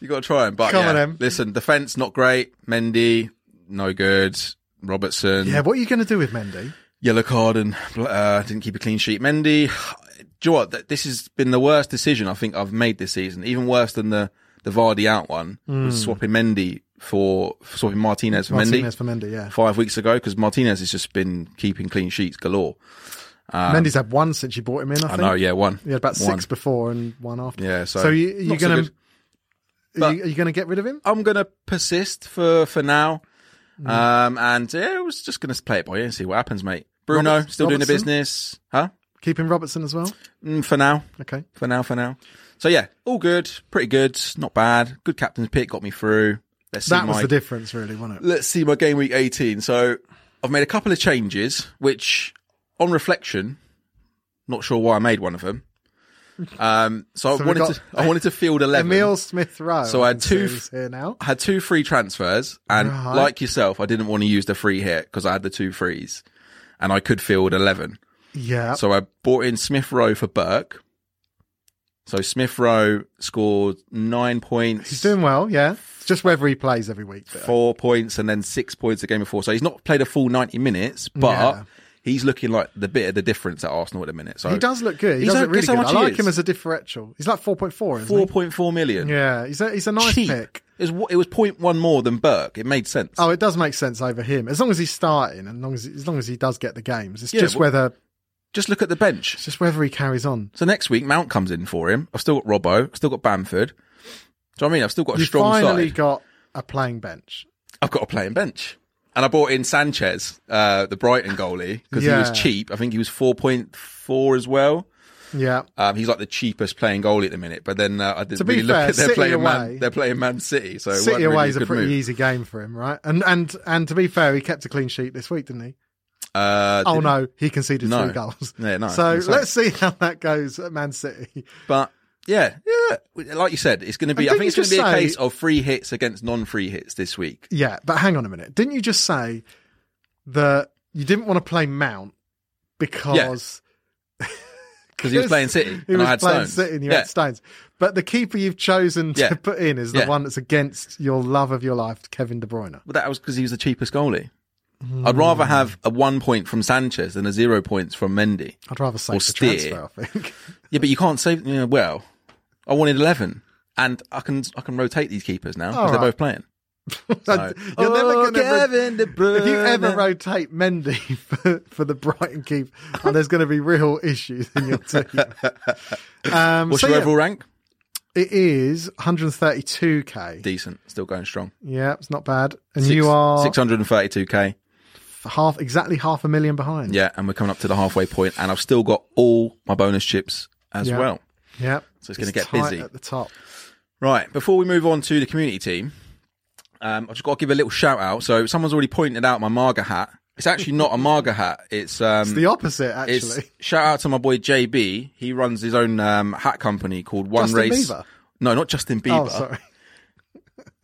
Speaker 1: You got to try them. But
Speaker 2: Come
Speaker 1: yeah,
Speaker 2: on, Em.
Speaker 1: listen, defense not great. Mendy no good. Robertson
Speaker 2: Yeah, what are you going to do with Mendy?
Speaker 1: yellow card and uh, didn't keep a clean sheet. Mendy, do you know what? Th- This has been the worst decision I think I've made this season. Even worse than the the Vardy out one
Speaker 2: Hmm.
Speaker 1: was swapping Mendy for swapping Martinez for Mendy.
Speaker 2: Martinez for Mendy, yeah.
Speaker 1: Five weeks ago, because Martinez has just been keeping clean sheets galore.
Speaker 2: Mendy's had one since you bought him in.
Speaker 1: Um,
Speaker 2: I,
Speaker 1: I
Speaker 2: think.
Speaker 1: know, yeah, one.
Speaker 2: He had about
Speaker 1: One.
Speaker 2: six before and one after.
Speaker 1: Yeah, so,
Speaker 2: So you, are you
Speaker 1: not so
Speaker 2: going
Speaker 1: good.
Speaker 2: to are you, are you going to get rid of him?
Speaker 1: I'm gonna persist for for now.
Speaker 2: Mm.
Speaker 1: Um, and yeah, I was just gonna play it by ear and see what happens, mate. Bruno
Speaker 2: Roberts-
Speaker 1: still doing the
Speaker 2: Robertson?
Speaker 1: business, huh?
Speaker 2: Keeping Robertson as well.
Speaker 1: Mm, for now,
Speaker 2: Okay.
Speaker 1: for now, for now. So yeah, all good, pretty good, not bad. Good captain's pick got me through. Let's see
Speaker 2: That was
Speaker 1: my
Speaker 2: the difference, really, wasn't it?
Speaker 1: let's see my game week 18. So I've made a couple of changes, which on reflection, not sure why I made one of them. Um, so, I
Speaker 2: So we
Speaker 1: wanted
Speaker 2: got-
Speaker 1: to I wanted to field eleven.
Speaker 2: Emil Smith Rowe.
Speaker 1: So I had two
Speaker 2: is here now.
Speaker 1: I had two free transfers, and
Speaker 2: Right.
Speaker 1: like yourself, I didn't want to use the free hit because I had the two frees, and I could field eleven.
Speaker 2: Yeah.
Speaker 1: So I bought in Smith Rowe for Burke. So Smith Rowe scored nine points,
Speaker 2: He's doing well. Yeah. It's just whether he plays every week. but-
Speaker 1: four points, and then six points the game before. So he's not played a full ninety minutes, but
Speaker 2: Yeah.
Speaker 1: he's looking like the bit of the difference at Arsenal at the minute. So
Speaker 2: He does look good. He
Speaker 1: He's
Speaker 2: does
Speaker 1: like-
Speaker 2: look really
Speaker 1: guess how
Speaker 2: good.
Speaker 1: much
Speaker 2: I
Speaker 1: he
Speaker 2: like
Speaker 1: is?
Speaker 2: him as a differential. He's like 4.4, isn't
Speaker 1: four point four million.
Speaker 2: he? Yeah. He's a, he's a nice
Speaker 1: Cheap.
Speaker 2: pick.
Speaker 1: It was it was point one more than Burke. It made sense.
Speaker 2: Oh, it does make sense over him. As long as he's starting and long as, as long as he does get the games. It's
Speaker 1: Yeah,
Speaker 2: just
Speaker 1: well-
Speaker 2: whether
Speaker 1: Just look at the bench.
Speaker 2: it's just whether he carries on.
Speaker 1: So next week, Mount comes in for him. I've still got Robbo. I've still got Bamford. Do you know what I mean? I've still got a
Speaker 2: You
Speaker 1: strong
Speaker 2: finally
Speaker 1: side.
Speaker 2: got a playing bench.
Speaker 1: I've got a playing bench. And I bought in Sanchez, uh, the Brighton goalie, because he
Speaker 2: Yeah.
Speaker 1: was cheap. I think he was 4.4 as well.
Speaker 2: Yeah.
Speaker 1: Um, he's like the cheapest playing goalie at the minute. But then uh, I didn't
Speaker 2: To be
Speaker 1: really look
Speaker 2: fair,
Speaker 1: at their
Speaker 2: City
Speaker 1: playing
Speaker 2: away-
Speaker 1: man. They're playing Man City. So it
Speaker 2: City
Speaker 1: weren't really
Speaker 2: away is a
Speaker 1: good
Speaker 2: pretty
Speaker 1: move.
Speaker 2: easy game for him, right? And and and to be fair, he kept a clean sheet this week, didn't he?
Speaker 1: Uh,
Speaker 2: Oh
Speaker 1: did-
Speaker 2: no, he conceded
Speaker 1: No.
Speaker 2: three goals.
Speaker 1: Yeah, no,
Speaker 2: so
Speaker 1: that's right.
Speaker 2: let's see how that goes at Man City.
Speaker 1: But yeah, yeah, like you said, it's going to be, I
Speaker 2: And
Speaker 1: think it's
Speaker 2: didn't
Speaker 1: going to
Speaker 2: you
Speaker 1: be a case
Speaker 2: just say-
Speaker 1: of free hits against non free hits this week.
Speaker 2: Yeah, but hang on a minute. Didn't you just say that you didn't want to play Mount because
Speaker 1: Because he was playing City.
Speaker 2: [LAUGHS] He
Speaker 1: and
Speaker 2: was
Speaker 1: I had
Speaker 2: playing
Speaker 1: Stones.
Speaker 2: City and you
Speaker 1: yeah.
Speaker 2: had Stones. But the keeper you've chosen to
Speaker 1: Yeah.
Speaker 2: put in is the
Speaker 1: Yeah.
Speaker 2: one that's against your love of your life, Kevin De Bruyne.
Speaker 1: Well, that was because he was the cheapest goalie. I'd rather have a one point from Sanchez than a zero points from Mendy.
Speaker 2: I'd rather save
Speaker 1: Or
Speaker 2: the
Speaker 1: Steer.
Speaker 2: transfer,
Speaker 1: [LAUGHS]
Speaker 2: I think.
Speaker 1: Yeah, but you can't save. You know, well, I wanted eleven, and I can I can rotate these keepers now because
Speaker 2: All
Speaker 1: they're
Speaker 2: right.
Speaker 1: both playing.
Speaker 2: [LAUGHS] You're
Speaker 1: Oh,
Speaker 2: never going to.
Speaker 1: Kevin De Bruyne.
Speaker 2: If you ever rotate Mendy [LAUGHS] for, for the Brighton keep, and there's going to be real [LAUGHS] issues in
Speaker 1: [LAUGHS]
Speaker 2: your team. Um,
Speaker 1: what's
Speaker 2: so
Speaker 1: your
Speaker 2: yeah,
Speaker 1: overall rank?
Speaker 2: it is 132k.
Speaker 1: Decent, still going strong.
Speaker 2: Yeah, it's not bad. And
Speaker 1: Six-
Speaker 2: you are
Speaker 1: 632k.
Speaker 2: half exactly half a million behind.
Speaker 1: Yeah, and we're coming up to the halfway point, and I've still got all my bonus chips as
Speaker 2: Yeah.
Speaker 1: well.
Speaker 2: yeah.
Speaker 1: So it's gonna get
Speaker 2: tight
Speaker 1: busy.
Speaker 2: at the top.
Speaker 1: Right, before we move on to the community team, um, I've just got to give a little shout out. So someone's already pointed out my Marga hat. It's actually
Speaker 2: [LAUGHS]
Speaker 1: not a Marga hat. It's um,
Speaker 2: The opposite, actually.
Speaker 1: It's shout out to my boy JB. He runs his own um, hat company called One
Speaker 2: Justin
Speaker 1: Race.
Speaker 2: Bieber?
Speaker 1: No, not Justin
Speaker 2: oh,
Speaker 1: Bieber.
Speaker 2: sorry.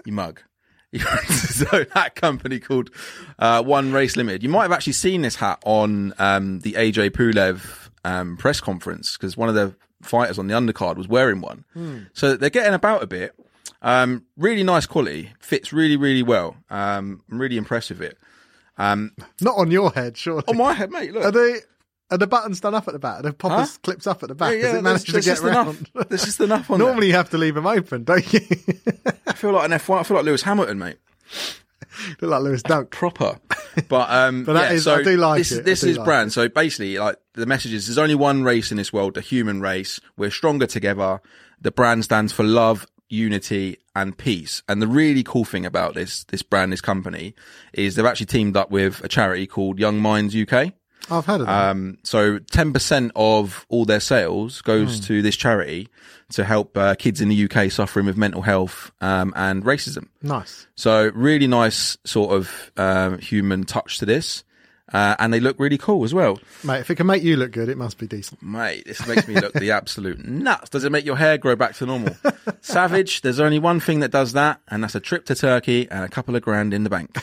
Speaker 1: You mug. [LAUGHS] He runs his own hat company called uh, One Race Limited. You might have actually seen this hat on um, the AJ Pulev um, press conference because one of the fighters on the undercard was wearing one. So they're getting about a bit. Um, really nice quality. Fits really, really well. Um, I'm really impressed with it.
Speaker 2: Not on your head, surely.
Speaker 1: Oh, On my head, mate. Look,
Speaker 2: Are they? and the button's done up at the back. The popper's
Speaker 1: Huh?
Speaker 2: clips up at the back because it
Speaker 1: there's-
Speaker 2: manages to
Speaker 1: there's
Speaker 2: get
Speaker 1: just enough-
Speaker 2: round. [LAUGHS]
Speaker 1: There's just enough on
Speaker 2: Normally, you have to leave them open, don't you? [LAUGHS]
Speaker 1: there. I feel like an F1. I feel like Lewis Hamilton, mate.
Speaker 2: Look like Lewis Dunk.
Speaker 1: proper. But um,
Speaker 2: [LAUGHS] But that
Speaker 1: yeah,
Speaker 2: is-
Speaker 1: so
Speaker 2: I do like
Speaker 1: this,
Speaker 2: it. I
Speaker 1: This
Speaker 2: do
Speaker 1: is
Speaker 2: like
Speaker 1: brand. So basically, like the message is: there's only one race in this world, the human race. We're stronger together. The brand stands for love, unity, and peace. And the really cool thing about this this brand, this company, is they've actually teamed up with a charity called Young Minds UK.
Speaker 2: I've heard of that.
Speaker 1: Um, so 10% of all their sales
Speaker 2: Hmm.
Speaker 1: goes to this charity to help uh, kids in the UK suffering with mental health um, and racism.
Speaker 2: nice.
Speaker 1: So really nice sort of um, human touch to this. Uh, and they look really cool as well.
Speaker 2: Mate, if it can make you look good, it must be decent.
Speaker 1: Mate, this makes me look the absolute nuts. Does it make your hair grow back to normal? Savage, there's only one thing that does that, and that's a trip to Turkey and a couple of grand in the bank.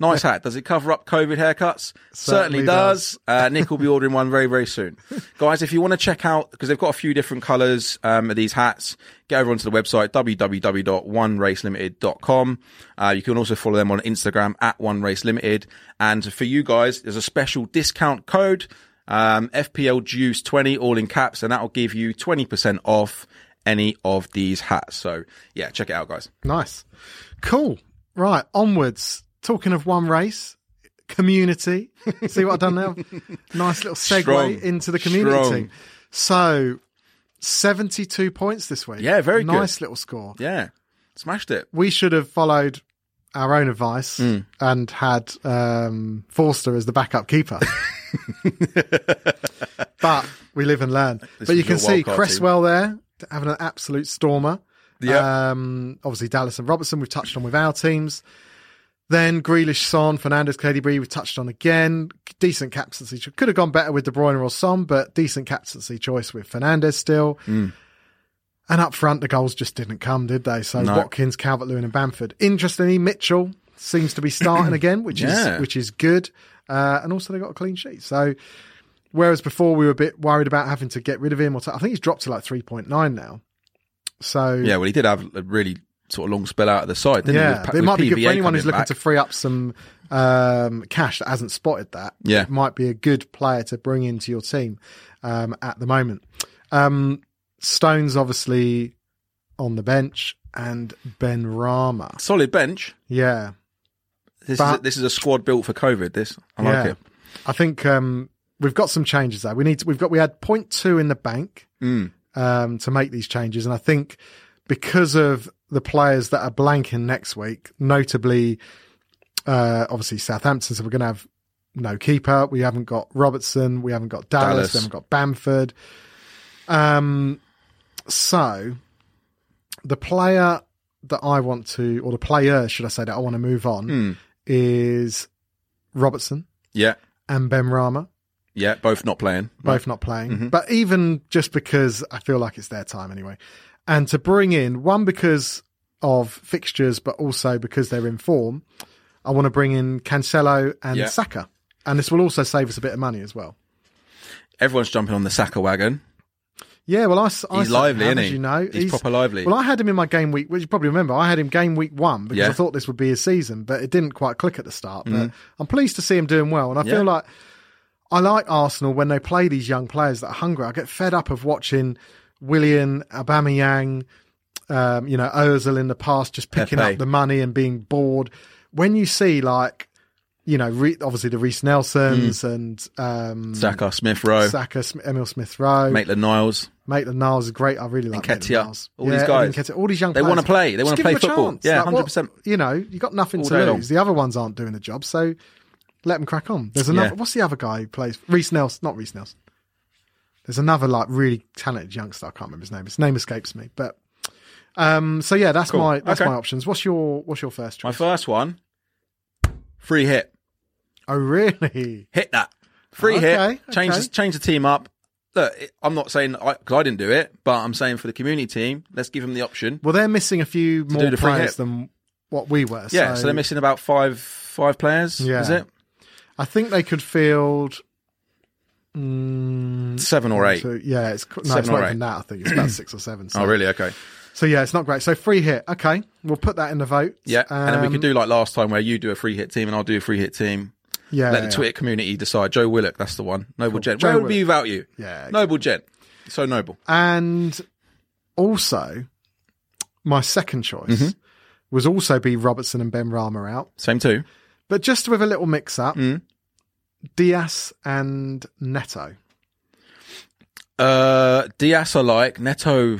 Speaker 1: nice hat. Does it cover up COVID haircuts? Certainly,
Speaker 2: Certainly
Speaker 1: does. Uh, Nick will be ordering one very, very soon. Guys, if you want to check out, because they've got a few different colors um, of these hats, get over onto the website, www.oneracelimitted.com. Uh, you can also follow them on Instagram at One Race Limited. And for you guys, there's a special discount code, um, FPL Juice 20, all in caps, and that'll give you 20% off any of these hats. So, yeah, check it out, guys.
Speaker 2: Nice. Cool. Right. Onwards. Talking of one race, community. [LAUGHS] See what I've done now? nice little segue
Speaker 1: Strong.
Speaker 2: into the community.
Speaker 1: Strong.
Speaker 2: So, 72 points this week.
Speaker 1: Yeah, very good.
Speaker 2: Nice little score.
Speaker 1: Yeah, smashed it.
Speaker 2: We should have followed our own advice
Speaker 1: Hmm.
Speaker 2: and had um, Forster as the backup
Speaker 1: [LAUGHS]
Speaker 2: keeper. but we live and learn. but
Speaker 1: was
Speaker 2: you can
Speaker 1: your
Speaker 2: see
Speaker 1: wildcard team.
Speaker 2: Cresswell there having an absolute stormer.
Speaker 1: Yeah.
Speaker 2: Um, obviously, Dallas and Robertson we've touched on with our teams. Then Grealish, Son, Fernandez, KDB we've touched on again. Decent captaincy. cho- Could have gone better with De Bruyne or Son, but decent captaincy choice with Fernandez still. And up front, the goals just didn't come, did they? So
Speaker 1: No.
Speaker 2: Watkins, Calvert Lewin, and Bamford. Interestingly, Mitchell seems to be
Speaker 1: [CLEARS THROAT]
Speaker 2: starting again, which
Speaker 1: Yeah.
Speaker 2: is which is good. Uh, and also, they got a clean sheet. So whereas before we were a bit worried about having to get rid of him, or t- I think he's dropped to like three point nine now. So
Speaker 1: Yeah, well, he did have a really sort of long spell out of the side, didn't he?
Speaker 2: yeah,
Speaker 1: With pa-
Speaker 2: but it
Speaker 1: with
Speaker 2: might be good
Speaker 1: PVA
Speaker 2: for anyone who's
Speaker 1: coming
Speaker 2: looking
Speaker 1: back.
Speaker 2: to free up some um, cash that hasn't spotted that.
Speaker 1: Yeah.
Speaker 2: It might be a good player to bring into your team um, at the moment. Um, Stones obviously on the bench and Ben Rama.
Speaker 1: solid bench.
Speaker 2: Yeah.
Speaker 1: This is
Speaker 2: But-
Speaker 1: a, this is a squad built for COVID. This I like
Speaker 2: yeah.
Speaker 1: it.
Speaker 2: I think um, we've got some changes there. We need to, we've got we had 0.2 in the bank
Speaker 1: Mm,
Speaker 2: um, to make these changes, and I think because of the players that are blanking next week, notably uh, obviously Southampton, so we're going to have no keeper. We haven't got Robertson. We haven't got Dallas.
Speaker 1: Dallas.
Speaker 2: We haven't got Bamford. Um, so the player that I want to, or the player, should I say, that I want to move on
Speaker 1: Hmm.
Speaker 2: is Robertson
Speaker 1: mm. Yeah,
Speaker 2: and Ben Rama,
Speaker 1: yeah, both not playing.
Speaker 2: both not playing.
Speaker 1: Mm-hmm.
Speaker 2: But even just because I feel like it's their time anyway. And to bring in one because of fixtures, but also because they're in form, I want to bring in Cancelo and
Speaker 1: Yeah.
Speaker 2: Saka. And this will also save us a bit of money as well.
Speaker 1: Everyone's jumping on the Saka wagon.
Speaker 2: Yeah, well, I, s- I
Speaker 1: He's
Speaker 2: said,
Speaker 1: lively,
Speaker 2: how
Speaker 1: isn't
Speaker 2: did
Speaker 1: he?
Speaker 2: You know,
Speaker 1: He's proper lively.
Speaker 2: Well, I had him in my game week, which you probably remember. I had him game week one because
Speaker 1: Yeah.
Speaker 2: I thought this would be his season, but it didn't quite click at the start. But I'm pleased to see him doing well, and I
Speaker 1: Mm-hmm. Yeah.
Speaker 2: feel like I like Arsenal when they play these young players that are hungry. I get fed up of watching Willian, Aubameyang, um, you know, Ozil in the past just picking
Speaker 1: Pepe.
Speaker 2: up the money and being bored. When you see like, you know, re- obviously the Reese Nelsons and um,
Speaker 1: Mm. Saka, Smith Rowe,
Speaker 2: Saka, Sm- Emil Smith Rowe,
Speaker 1: Maitland Niles.
Speaker 2: Maitland Niles is great. I really like Maitland
Speaker 1: Nketiah.
Speaker 2: Niles.
Speaker 1: All these guys.
Speaker 2: Nketiah, all these young
Speaker 1: They
Speaker 2: players.
Speaker 1: wanna play. They
Speaker 2: Just
Speaker 1: wanna
Speaker 2: give
Speaker 1: play
Speaker 2: them a
Speaker 1: football.
Speaker 2: chance.
Speaker 1: Yeah,
Speaker 2: Like, what-
Speaker 1: 100%.
Speaker 2: You know, you got nothing
Speaker 1: All
Speaker 2: to
Speaker 1: day
Speaker 2: lose.
Speaker 1: long.
Speaker 2: The other ones aren't doing the job, so let them crack on. There's another.
Speaker 1: Yeah.
Speaker 2: What's the other guy who plays? Reese Nelson, not Reese Nelson. There's another like really talented youngster. I can't remember his name. His name escapes me. But um, so yeah, that's my that's
Speaker 1: Okay.
Speaker 2: my options. What's your what's your first
Speaker 1: My
Speaker 2: choice?
Speaker 1: first one, free hit.
Speaker 2: oh really?
Speaker 1: Hit that free
Speaker 2: Oh, Okay,
Speaker 1: hit. Change
Speaker 2: okay.
Speaker 1: the, change the team up. Look, it- I'm not saying because I, didn't do it, but I'm saying for the community team, let's give them the option.
Speaker 2: Well, they're missing a few more
Speaker 1: the free
Speaker 2: players
Speaker 1: hit.
Speaker 2: than what we were.
Speaker 1: Yeah, so, they're missing about five five players.
Speaker 2: Yeah.
Speaker 1: Is it
Speaker 2: I think they could field. Mm,
Speaker 1: seven or eight?
Speaker 2: So, yeah, it's no,
Speaker 1: Seven
Speaker 2: it's
Speaker 1: or
Speaker 2: not
Speaker 1: eight.
Speaker 2: even that. I think it's about six or seven. So,
Speaker 1: Oh, really? Okay.
Speaker 2: so yeah, it's not great. So free hit. Okay, we'll put that in the vote.
Speaker 1: Yeah, and then we
Speaker 2: Um,
Speaker 1: could do like last time where you do a free hit team and I'll do a free hit team.
Speaker 2: Yeah,
Speaker 1: Let the
Speaker 2: yeah.
Speaker 1: Twitter community decide. Joe Willock, that's the one. Noble gent.
Speaker 2: Joe
Speaker 1: Where would we be
Speaker 2: Willock.
Speaker 1: without you?
Speaker 2: Yeah,
Speaker 1: Noble gent. So noble.
Speaker 2: And also, my second choice
Speaker 1: Mm-hmm.
Speaker 2: was also be Robertson and Ben Rama out,
Speaker 1: Same too.
Speaker 2: but just with a little mix up
Speaker 1: Mm.
Speaker 2: Diaz and Neto.
Speaker 1: Uh, Diaz I like. Neto.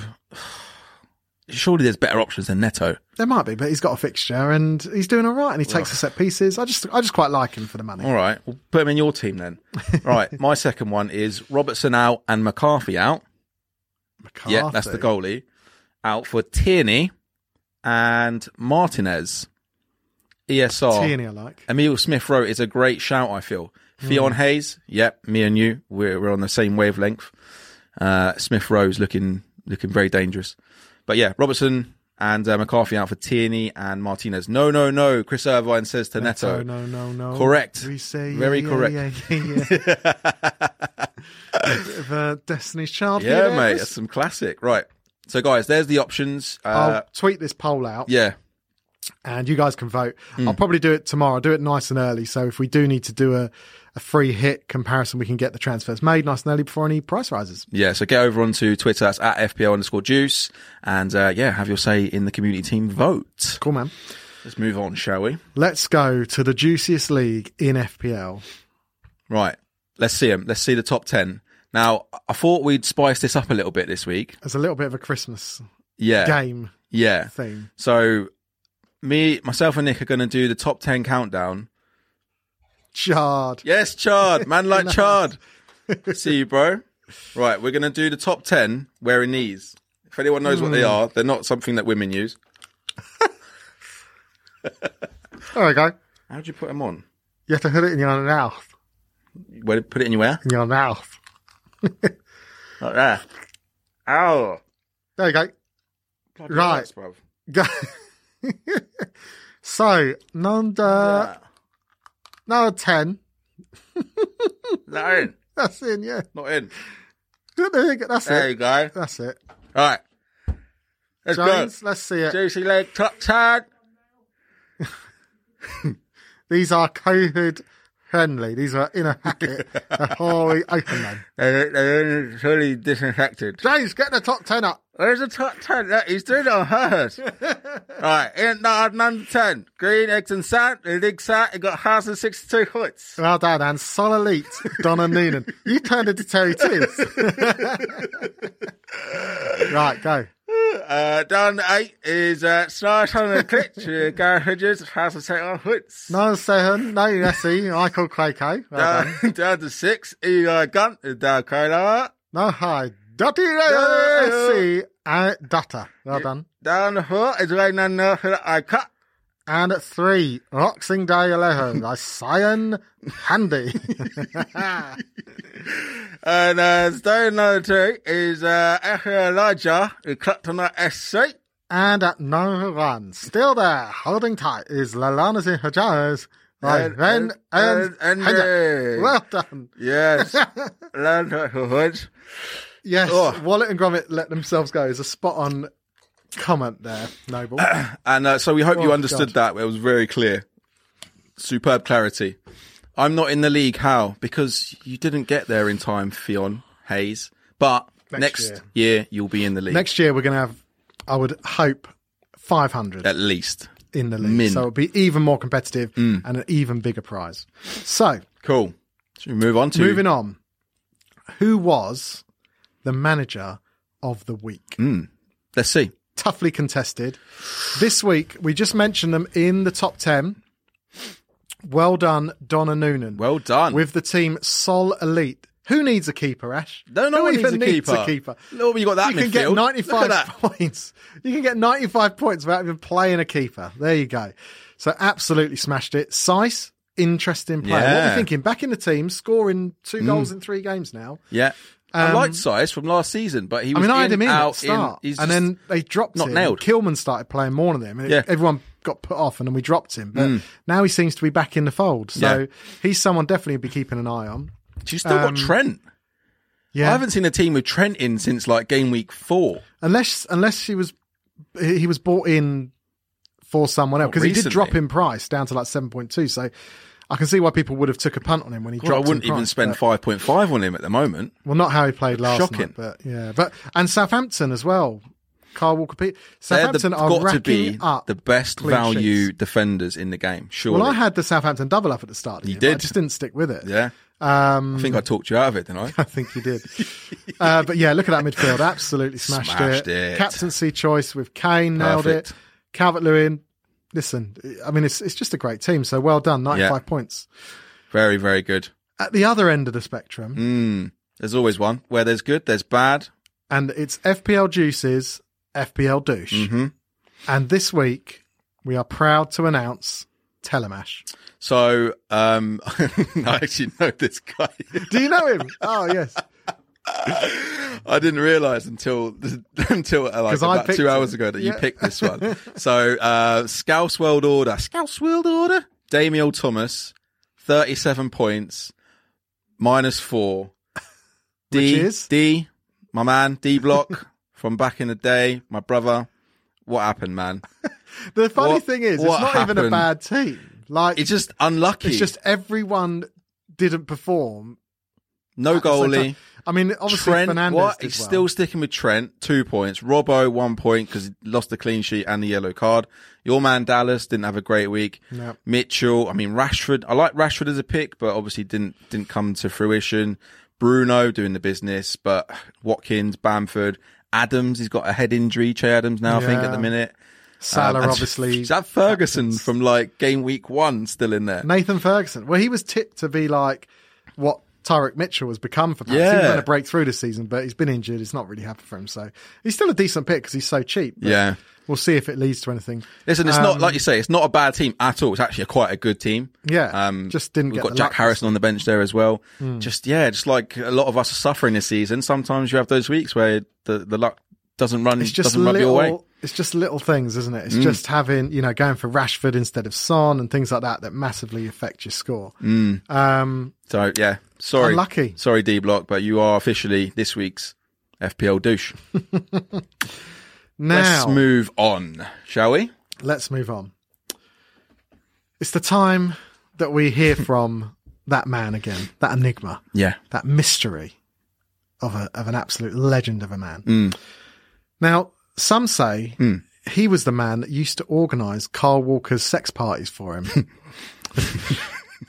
Speaker 1: [SIGHS] Surely there's better options than Neto.
Speaker 2: There might be, but he's got a fixture and he's doing all right, and he takes the set pieces. I just, I just quite like him for the money.
Speaker 1: All right. Well, put him in your team
Speaker 2: [LAUGHS]
Speaker 1: then. right. My second one is Robertson out and McCarthy out.
Speaker 2: McCarthy.
Speaker 1: Yeah, that's the goalie. Out for Tierney and Martinez. E ESR.
Speaker 2: Tierney, I like.
Speaker 1: Emil Smith Rowe is a great shout, I feel. Fionn Hayes, yep, me and you, we're, we're on the same wavelength. Uh, Smith Rowe's looking looking very dangerous. But yeah, Robertson and uh, McCarthy out for Tierney and Martinez. No, no, no, Chris Irvine says to Neto.
Speaker 2: No, no, no, no.
Speaker 1: Correct.
Speaker 2: We say
Speaker 1: Very
Speaker 2: yeah,
Speaker 1: correct.
Speaker 2: Yeah, yeah, yeah.
Speaker 1: [LAUGHS]
Speaker 2: a bit of uh, Destiny's Child. for you
Speaker 1: Yeah,
Speaker 2: there,
Speaker 1: mate,
Speaker 2: Chris.
Speaker 1: that's some classic. Right. So, guys, there's the options. Uh,
Speaker 2: I'll tweet this poll out.
Speaker 1: yeah, Hmm.
Speaker 2: and you guys can vote. I'll probably do it tomorrow. I'll do it nice and early. So if we do need to do a, a free hit comparison, we can get the transfers made nice and early before any price rises.
Speaker 1: yeah. So get over onto Twitter. That's at FPL underscore juice. And uh, yeah, have your say in the community team vote.
Speaker 2: Cool, man.
Speaker 1: Let's move on, shall we?
Speaker 2: Let's go to the juiciest league in FPL.
Speaker 1: Right. Let's see them. Let's see the top 10. Now, I thought we'd spice this up a little bit this week.
Speaker 2: There's a little bit of a Christmas
Speaker 1: Yeah.
Speaker 2: game
Speaker 1: Yeah.
Speaker 2: theme.
Speaker 1: So, me, myself, and Nick are going to do the top 10 countdown.
Speaker 2: Chard.
Speaker 1: Yes, Chard. Man
Speaker 2: [LAUGHS]
Speaker 1: like Chard. see you, bro. Right. We're going to do the top 10 wearing these. If anyone knows what they
Speaker 2: Hmm.
Speaker 1: are, they're not something that women use.
Speaker 2: There we go.
Speaker 1: How do you put them on?
Speaker 2: You have to put it in your mouth.
Speaker 1: Where, put it in your hair?
Speaker 2: In your mouth.
Speaker 1: Like that. Ow.
Speaker 2: There you go.
Speaker 1: Bloody
Speaker 2: Right.
Speaker 1: hurts, bruv.
Speaker 2: Go. [LAUGHS] so, number, number 10.
Speaker 1: Is that in?
Speaker 2: That's in, yeah.
Speaker 1: Not in.
Speaker 2: There you go. That's
Speaker 1: There
Speaker 2: it.
Speaker 1: you go.
Speaker 2: That's it.
Speaker 1: All right. Let's
Speaker 2: Jones, let's see it.
Speaker 1: go. Juicy leg top tag.
Speaker 2: These are COVID friendly. These are in a hacket. They're wholly open them.
Speaker 1: They're, they're totally disinfected.
Speaker 2: James, get the top ten up.
Speaker 1: Where's the top 10? Look, He's doing it on hers. Alright, in the odd number 10. Green eggs and sand. The league side. It got house and 62
Speaker 2: [LAUGHS]
Speaker 1: hoods.
Speaker 2: Well done, and Sololite, Donna Noonan. You turned into Terry Tears. right, go.
Speaker 1: Uh, down the 8 is uh, Stars on the Clitch. uh, Gary Hodges. House and 71 hoods.
Speaker 2: No seven, no Nessie, Michael Quaco. Well done.
Speaker 1: Down, [LAUGHS] down to 6. Eli Gunn. uh, Down Kyla.
Speaker 2: No hi. Dotty
Speaker 1: yeah,
Speaker 2: Nessie and Dutta. E, Well done.
Speaker 1: Down the 4 is Rayna Nurford. I cut.
Speaker 2: And at three, Roxing Day
Speaker 1: [LAUGHS]
Speaker 2: Eleven, Cyan Handy.
Speaker 1: And uh, stone number two is uh, Echo Elijah, who clocked on that SC.
Speaker 2: And at number one, still there, holding tight, is Lalana's in Hajaz. Right,
Speaker 1: And-
Speaker 2: then, and,
Speaker 1: and- and
Speaker 2: Hajar.
Speaker 1: Andy.
Speaker 2: well done. [LAUGHS]
Speaker 1: Yes. Learned her hood.
Speaker 2: Yes,
Speaker 1: Oh.
Speaker 2: Wallet and Gromit let themselves go is a spot on comment there,
Speaker 1: [COUGHS]
Speaker 2: Noble.
Speaker 1: And uh, so we hope you
Speaker 2: Oh,
Speaker 1: understood that. It was very clear. Superb clarity. I'm not in the league. How? Because you didn't get there in time, Fionn Hayes. But next,
Speaker 2: Next
Speaker 1: year. you'll be in the league.
Speaker 2: Next year we're going to have, I would hope, 500
Speaker 1: At least.
Speaker 2: in the league.
Speaker 1: min.
Speaker 2: So it'll be even more competitive
Speaker 1: Mm.
Speaker 2: and an even bigger prize. So,
Speaker 1: Cool. Should we move on to
Speaker 2: moving on, who was the manager of the week?
Speaker 1: Mm. Let's see.
Speaker 2: toughly contested. This week, we just mentioned them in the top 10. Well done, Donna Noonan.
Speaker 1: Well done.
Speaker 2: With the team Sol Elite. Who needs a keeper, Ash?
Speaker 1: No, no
Speaker 2: Who
Speaker 1: one
Speaker 2: even
Speaker 1: needs a keeper. Look, you got that
Speaker 2: You can
Speaker 1: midfield.
Speaker 2: get
Speaker 1: Look at
Speaker 2: 95
Speaker 1: that.
Speaker 2: [LAUGHS] points. You can get 95 points without even playing a keeper. There you go. So absolutely smashed it. Sice, interesting player. What are
Speaker 1: Yeah. Mm.
Speaker 2: we thinking? Back in the team, scoring two goals in three games now.
Speaker 1: Yeah. I liked Size from last season, but he
Speaker 2: Um, I
Speaker 1: was
Speaker 2: mean, I
Speaker 1: in,
Speaker 2: had him in at the
Speaker 1: out,
Speaker 2: start,
Speaker 1: in. He's
Speaker 2: and
Speaker 1: just-
Speaker 2: then they dropped
Speaker 1: not
Speaker 2: him.
Speaker 1: nailed.
Speaker 2: Kilman started playing more of them, and it-
Speaker 1: Yeah. Mm.
Speaker 2: everyone got put off, and then we dropped him. But now he seems to be back in the fold, so
Speaker 1: Yeah.
Speaker 2: he's someone definitely to be keeping an eye on.
Speaker 1: She's still got Trent.
Speaker 2: um, Yeah,
Speaker 1: I haven't seen a team with Trent in since like game week four.
Speaker 2: unless unless she was he he was bought in for someone else because he did
Speaker 1: recently.
Speaker 2: drop in price down to like seven point two. So I can see why people would have took a punt on him when he
Speaker 1: I
Speaker 2: dropped. in
Speaker 1: wouldn't even
Speaker 2: price,
Speaker 1: spend
Speaker 2: but-
Speaker 1: five point five on him at the moment.
Speaker 2: well, not how he played last
Speaker 1: Shocking.
Speaker 2: night, but yeah, but and Southampton as well. Carl Walker, Pe-
Speaker 1: They're the,
Speaker 2: Southampton are
Speaker 1: got to
Speaker 2: racking
Speaker 1: be
Speaker 2: up
Speaker 1: the best
Speaker 2: clean
Speaker 1: value
Speaker 2: sheets.
Speaker 1: defenders in the game. Surely,
Speaker 2: Well, I had the Southampton double up at the start. Of the
Speaker 1: You
Speaker 2: year, but I
Speaker 1: did.
Speaker 2: just didn't stick with it.
Speaker 1: yeah.
Speaker 2: Um,
Speaker 1: I think I talked you out of it, didn't I?
Speaker 2: [LAUGHS] I think you did. uh, but yeah, look at that midfield. Absolutely smashed,
Speaker 1: Smashed it.
Speaker 2: Captaincy choice with Kane nailed
Speaker 1: Perfect.
Speaker 2: it. Calvert Lewin. Listen, I mean, it's it's just a great team. So well done, ninety five points.
Speaker 1: Very, very good.
Speaker 2: At the other end of the spectrum,
Speaker 1: Mm. There's always one where there's good, there's bad.
Speaker 2: and it's FPL juices, FPL douche.
Speaker 1: hmm
Speaker 2: And this week, we are proud to announce Telemash.
Speaker 1: So um, [LAUGHS] I actually know this guy.
Speaker 2: Do
Speaker 1: [LAUGHS]
Speaker 2: you know him? oh yes,
Speaker 1: I didn't realise until [LAUGHS] until uh, like
Speaker 2: 'Cause I
Speaker 1: about
Speaker 2: picked
Speaker 1: two hours
Speaker 2: it.
Speaker 1: ago that
Speaker 2: Yeah.
Speaker 1: you picked this
Speaker 2: [LAUGHS]
Speaker 1: one. so uh, Scouse World Order, Scouse World Order, Damiel Thomas, thirty-seven points, minus four. D
Speaker 2: [LAUGHS] Which is?
Speaker 1: D, my man D
Speaker 2: [LAUGHS]
Speaker 1: Block from back in the day, my brother. What happened, man?
Speaker 2: the funny
Speaker 1: What-
Speaker 2: thing is, it's
Speaker 1: what
Speaker 2: not even a
Speaker 1: happened?
Speaker 2: bad team. Like
Speaker 1: It's just unlucky.
Speaker 2: it's just everyone didn't perform.
Speaker 1: no
Speaker 2: [LAUGHS] at the same
Speaker 1: goalie.
Speaker 2: time. I mean, obviously
Speaker 1: Trent,
Speaker 2: Fernandez
Speaker 1: what?
Speaker 2: did
Speaker 1: He's
Speaker 2: well.
Speaker 1: still sticking with Trent, two points. Robbo, one point because he lost the clean sheet and the yellow card. Your man Dallas didn't have a great week.
Speaker 2: No.
Speaker 1: Mitchell, I mean Rashford. I like Rashford as a pick, but obviously didn't didn't come to fruition. Bruno doing the business, but Watkins, Bamford, Adams. He's got a head injury. Che Adams now, I think,
Speaker 2: Yeah.
Speaker 1: at the minute.
Speaker 2: Salah,
Speaker 1: and-
Speaker 2: obviously.
Speaker 1: [LAUGHS] Is that Ferguson from like game week one still in there?
Speaker 2: Nathan Ferguson. Well, he was tipped to be like what Tyrek Mitchell has become for Palace. He was
Speaker 1: Yeah.
Speaker 2: going to break through this season, but he's been injured. It's not really happened for him. So he's still a decent pick because he's so cheap. but
Speaker 1: Yeah.
Speaker 2: We'll see if it leads to anything.
Speaker 1: Listen, it's
Speaker 2: um,
Speaker 1: not like you say. It's not a bad team at all. It's actually a, quite a good team.
Speaker 2: Yeah, just
Speaker 1: Um,
Speaker 2: didn't
Speaker 1: We've
Speaker 2: get
Speaker 1: got
Speaker 2: the
Speaker 1: Jack
Speaker 2: luck Hmm. this
Speaker 1: Harrison on the bench there as well. Just yeah, just like a lot of us are suffering this season. Sometimes you have those weeks where the, the luck doesn't run
Speaker 2: It's just
Speaker 1: doesn't rub Mm.
Speaker 2: little.
Speaker 1: your way.
Speaker 2: It's just little things, isn't it? It's just having you know going for Rashford instead of Son and things like that that massively affect your score.
Speaker 1: Mm.
Speaker 2: Um,
Speaker 1: So yeah, sorry,
Speaker 2: Unlucky.
Speaker 1: Sorry, D Block, but you are officially this week's FPL douche.
Speaker 2: now
Speaker 1: Let's move on, shall we?
Speaker 2: let's move on. It's the time that we hear from that man again, that enigma.
Speaker 1: Yeah,
Speaker 2: that mystery of a of an absolute legend of a man. Now, some say he was the man that used to organise Carl Walker's sex parties for him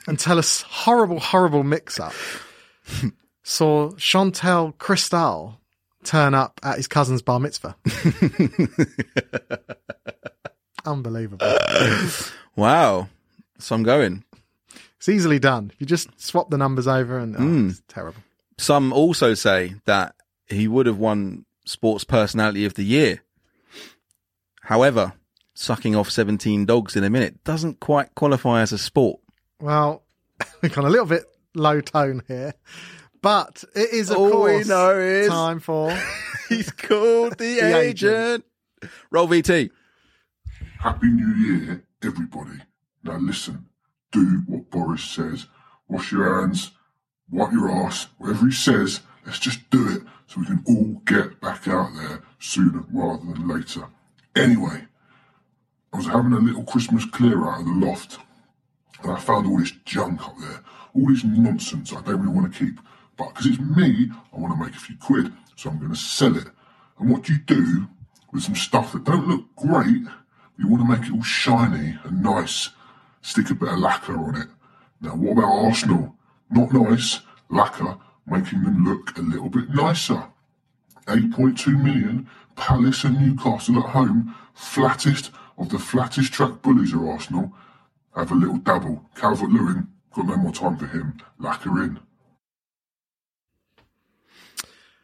Speaker 2: and tell us horrible, horrible mix up. Saw Chantel Cristal turn up at his cousin's bar mitzvah. Unbelievable.
Speaker 1: wow. So I'm going.
Speaker 2: It's easily done. If you just swap the numbers over and oh, it's terrible.
Speaker 1: Some also say that he would have won Sports Personality of the Year. However, sucking off 17 dogs in a minute doesn't quite qualify as a sport.
Speaker 2: Well, [LAUGHS] we've gone a little bit low tone here, but it is of
Speaker 1: All we
Speaker 2: course
Speaker 1: know is- [LAUGHS]
Speaker 2: time for.
Speaker 1: He's called the, agent. Roll VT.
Speaker 3: Happy New Year, everybody. Now listen, do what Boris says. Wash your hands, wipe your ass, whatever he says, let's just do it so we can all get back out there sooner rather than later. Anyway, I was having a little Christmas clear out of the loft and I found all this junk up there, all this nonsense I don't really want to keep. But because it's me, I want to make a few quid, so I'm going to sell it. And what you do with some stuff that don't look great, you want to make it all shiny and nice. Stick a bit of lacquer on it. Now, what about Arsenal? Not nice, lacquer, making them look a little bit nicer. 8.2 million, Palace and Newcastle at home, flattest of the flattest track bullies are Arsenal. Have a little dabble. Calvert Lewin, got no more time for him. Lacquer in.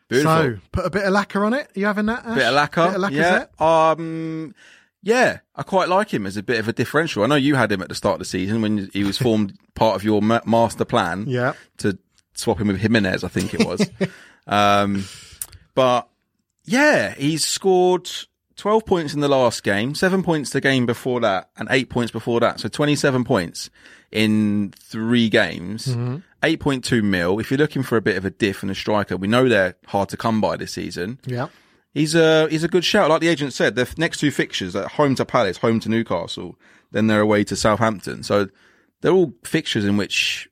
Speaker 1: Beautiful.
Speaker 2: So, put a bit of lacquer on it. Are you having that? Ash?
Speaker 1: bit of lacquer.
Speaker 2: Bit of lacquer.
Speaker 1: yeah.
Speaker 2: Zet?
Speaker 1: Um, yeah, I quite like him as a bit of a differential. I know you had him at the start of the season when he was formed [LAUGHS] part of your ma- master plan.
Speaker 2: Yeah.
Speaker 1: to swap him with Jimenez, I think it was. um, but yeah, he's scored 12 points in the last game, seven points the game before that, and eight points before that. So 27 points in three games. 8.2 mil. If you're looking for a bit of a diff and a striker, we know they're hard to come by this season.
Speaker 2: Yeah.
Speaker 1: He's a he's a good shout. Like the agent said, the f- next two fixtures, uh, home to Palace, home to Newcastle, then they're away to Southampton. So they're all fixtures in which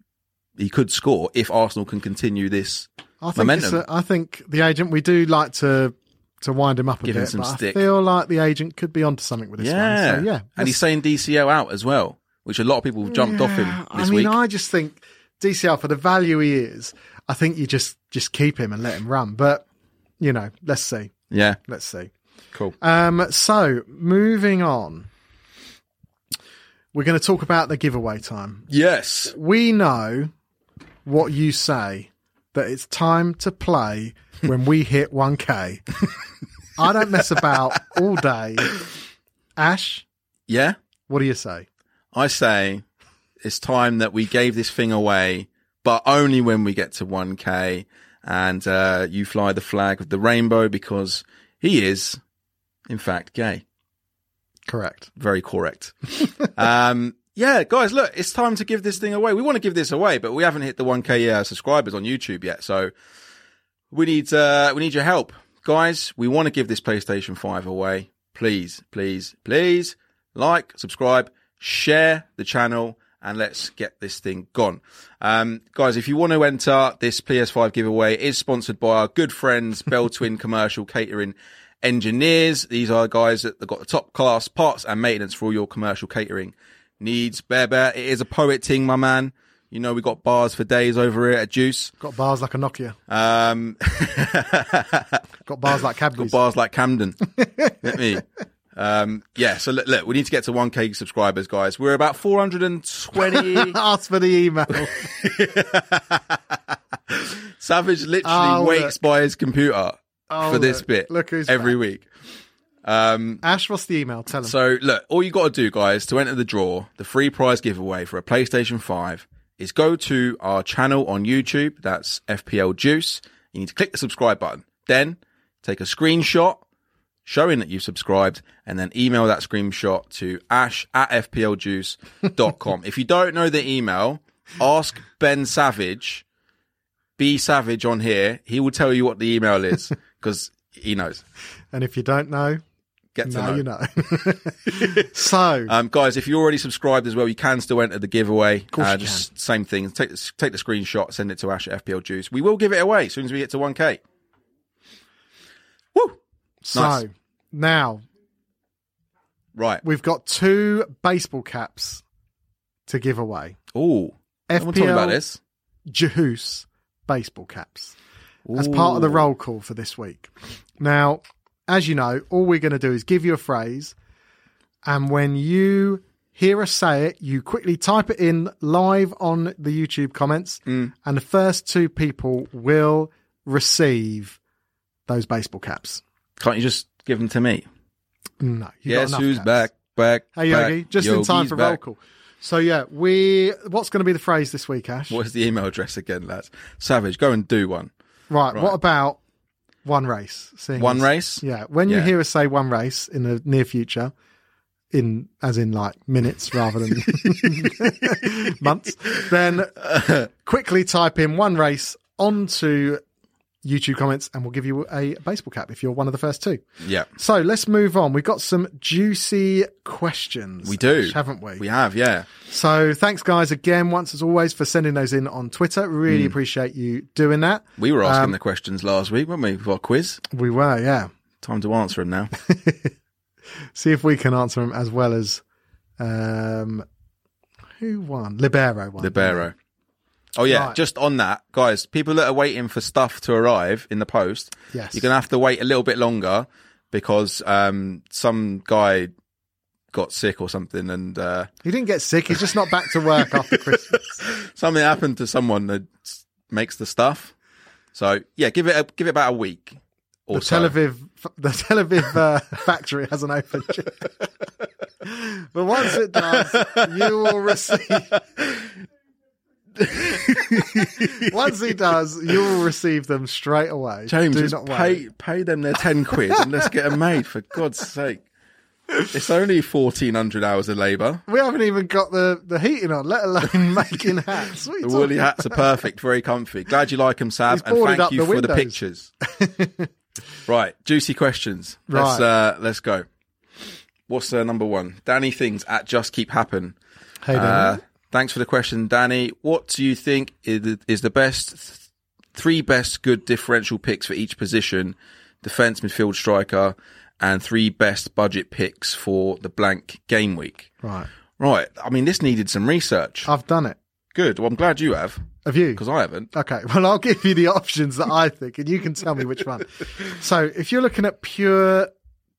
Speaker 1: he could score if Arsenal can continue this.
Speaker 2: I think it's
Speaker 1: Momentum.
Speaker 2: a- I think the agent we do like to to wind him up a
Speaker 1: Give him
Speaker 2: bit,
Speaker 1: some
Speaker 2: but
Speaker 1: stick.
Speaker 2: I feel like the agent could be onto something with this
Speaker 1: yeah,
Speaker 2: one. So, yeah,
Speaker 1: and he's saying DCL out as well, which a lot of people jumped off him
Speaker 2: Yeah,
Speaker 1: this
Speaker 2: I mean,
Speaker 1: week.
Speaker 2: I just think DCL for the value he is. I think you just just keep him and let him run. But you know, let's see,
Speaker 1: yeah,
Speaker 2: let's see.
Speaker 1: cool.
Speaker 2: Um, so moving on, we're going to talk about the giveaway time.
Speaker 1: Yes,
Speaker 2: We know what you say that it's time to play when we hit 1K. I don't mess about all day. Ash,
Speaker 1: yeah.
Speaker 2: what do you say?
Speaker 1: I say it's time that we gave this thing away, but only when we get to 1K and uh, you fly the flag of the rainbow because he is, in fact, gay.
Speaker 2: Correct.
Speaker 1: Very correct. um, yeah, guys, look, it's time to give this thing away. We want to give this away, but we haven't hit the 1K uh, subscribers on YouTube yet, so we need uh, we need your help, guys. We want to give this PlayStation 5 away. Please, please, please like, subscribe, share the channel, and let's get this thing gone, um, guys. If you want to enter this PS5 giveaway, it is sponsored by our good friends Bell Twin Commercial Catering Engineers. These are guys that have got the top class parts and maintenance for all your commercial catering needs. Bear Bear, it is a poet ting, my man. You know we got bars for days over here at Juice.
Speaker 2: Got bars like a Nokia.
Speaker 1: Um,
Speaker 2: [LAUGHS] Got bars like Cadbury's.
Speaker 1: bars like Camden. Let me. Um, yeah, so look, look, we need to get to 1k subscribers, guys. We're about
Speaker 2: [LAUGHS]
Speaker 1: 420.
Speaker 2: [LAUGHS] Ask for the email.
Speaker 1: Savage literally
Speaker 2: Oh,
Speaker 1: waits by his computer
Speaker 2: Oh,
Speaker 1: for this
Speaker 2: look.
Speaker 1: bit
Speaker 2: Look who's
Speaker 1: every
Speaker 2: back.
Speaker 1: week.
Speaker 2: Ash, what's the email? Tell him.
Speaker 1: So look, all you got to do, guys, to enter the draw, the free prize giveaway for a PlayStation 5 is go to our channel on YouTube. That's FPL Juice. You need to click the subscribe button. Then take a screenshot showing that you've subscribed and then email that screenshot to ash at fpljuice.com. if you don't know the email, ask Ben Savage, be savage on here. He will tell you what the email is because he knows.
Speaker 2: and if you don't know,
Speaker 1: Get to
Speaker 2: now
Speaker 1: know.
Speaker 2: you know. [LAUGHS]
Speaker 1: [LAUGHS]
Speaker 2: so,
Speaker 1: Um, guys, if you're already subscribed as well, you can still enter the giveaway. Uh,
Speaker 2: course you
Speaker 1: just same thing. Take the, take the screenshot, send it to Ash at FPL Juice. We will give it away as soon as we get to 1K. Woo!
Speaker 2: so
Speaker 1: nice.
Speaker 2: now
Speaker 1: Right.
Speaker 2: we've got two baseball caps to give away.
Speaker 1: Ooh.
Speaker 2: FPL
Speaker 1: Someone talking about this.
Speaker 2: Jehus baseball caps as part of the
Speaker 1: Ooh.
Speaker 2: roll call for this week. Now, as you know, all we're going to do is give you a phrase, and when you hear us say it, you quickly type it in live on the YouTube comments,
Speaker 1: Mm.
Speaker 2: and the first two people will receive those baseball caps. Mm,
Speaker 1: Can't you just give them to me?
Speaker 2: No, you
Speaker 1: yes, who's back? Back.
Speaker 2: Hey
Speaker 1: back.
Speaker 2: Yogi, just in time
Speaker 1: Yogi's
Speaker 2: for roll
Speaker 1: back.
Speaker 2: call. So yeah, we what's going to be the phrase this week, Ash?
Speaker 1: What's the email address again, lads? Savage, go and do one.
Speaker 2: Right,
Speaker 1: Right.
Speaker 2: What about one race? Seeing
Speaker 1: One
Speaker 2: as-
Speaker 1: race?
Speaker 2: Yeah. When you
Speaker 1: Yeah.
Speaker 2: hear us say one race in the near future, in as in like minutes rather than [LAUGHS] months,
Speaker 1: [LAUGHS]
Speaker 2: then quickly type in one race onto YouTube comments, and we'll give you a baseball cap if you're one of the first two.
Speaker 1: Yeah.
Speaker 2: So let's move on. We've got some juicy questions.
Speaker 1: We do.
Speaker 2: Ash, haven't we?
Speaker 1: We have, yeah.
Speaker 2: So thanks, guys, again, once as always, for sending those in on Twitter.
Speaker 1: Mm.
Speaker 2: Really appreciate you doing that.
Speaker 1: We were asking the questions last week, weren't we, for our quiz?
Speaker 2: We were, yeah.
Speaker 1: Time to answer them now.
Speaker 2: See if we can answer them as well as um, who won? Libero won.
Speaker 1: Libero. Oh yeah,
Speaker 2: Right.
Speaker 1: just on that, guys, people that are waiting for stuff to arrive in the post,
Speaker 2: Yes.
Speaker 1: you're gonna have to wait a little bit longer because um some guy got sick or something and uh
Speaker 2: He didn't get sick. He's just not back to work
Speaker 1: [LAUGHS]
Speaker 2: after Christmas.
Speaker 1: something happened to someone that s- makes the stuff. So yeah, give it a, give it about a week or
Speaker 2: The
Speaker 1: so.
Speaker 2: Tel Aviv, the Tel Aviv uh, [LAUGHS] factory hasn't opened yet. [LAUGHS] but once it does, you will receive. [LAUGHS] once he does, you will receive them straight away.
Speaker 1: James,
Speaker 2: Do
Speaker 1: just
Speaker 2: not worry.
Speaker 1: pay pay them their ten quid and let's get them made for God's [LAUGHS] sake. It's only fourteen hundred hours of labour.
Speaker 2: We haven't even got the, the heating on,
Speaker 1: [LAUGHS]
Speaker 2: let alone making hats. What are
Speaker 1: The
Speaker 2: you talking
Speaker 1: woolly hats are
Speaker 2: [LAUGHS]
Speaker 1: perfect, very comfy. Glad you like them, Sav,
Speaker 2: He's
Speaker 1: and
Speaker 2: boarded
Speaker 1: thank
Speaker 2: up
Speaker 1: you
Speaker 2: the
Speaker 1: for the
Speaker 2: windows.
Speaker 1: pictures.
Speaker 2: [LAUGHS]
Speaker 1: right, juicy questions. Let's
Speaker 2: Right.
Speaker 1: uh, let's go. What's uh, number one? Danny things at Just Keep Happen
Speaker 2: Hey,
Speaker 1: uh, Thanks for the question, Danny. What do you think is the- is the best th- three best good differential picks for each position? Defense, midfield, striker, and three best budget picks for the blank game week.
Speaker 2: Right.
Speaker 1: Right. I mean, this needed some research.
Speaker 2: I've done it.
Speaker 1: Good. Well, I'm glad you have
Speaker 2: Have you?
Speaker 1: because I haven't.
Speaker 2: Okay, [LAUGHS] well, I'll give you the options that I think, and you can tell me which
Speaker 1: [LAUGHS]
Speaker 2: one. So, if you're looking at pure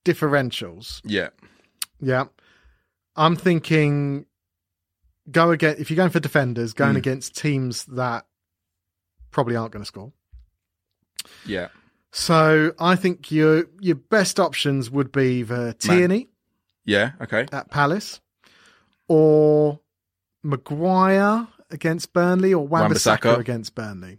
Speaker 2: differentials,
Speaker 1: Yeah.
Speaker 2: yeah, I'm thinking go again. If you're going for defenders, going
Speaker 1: Mm.
Speaker 2: against teams that probably aren't going to score.
Speaker 1: Yeah.
Speaker 2: So, I think your your best options would be the Tierney
Speaker 1: Yeah. Okay.
Speaker 2: at Palace, or Maguire against Burnley, or
Speaker 1: Wan-Bissaka.
Speaker 2: Wan-Bissaka against Burnley.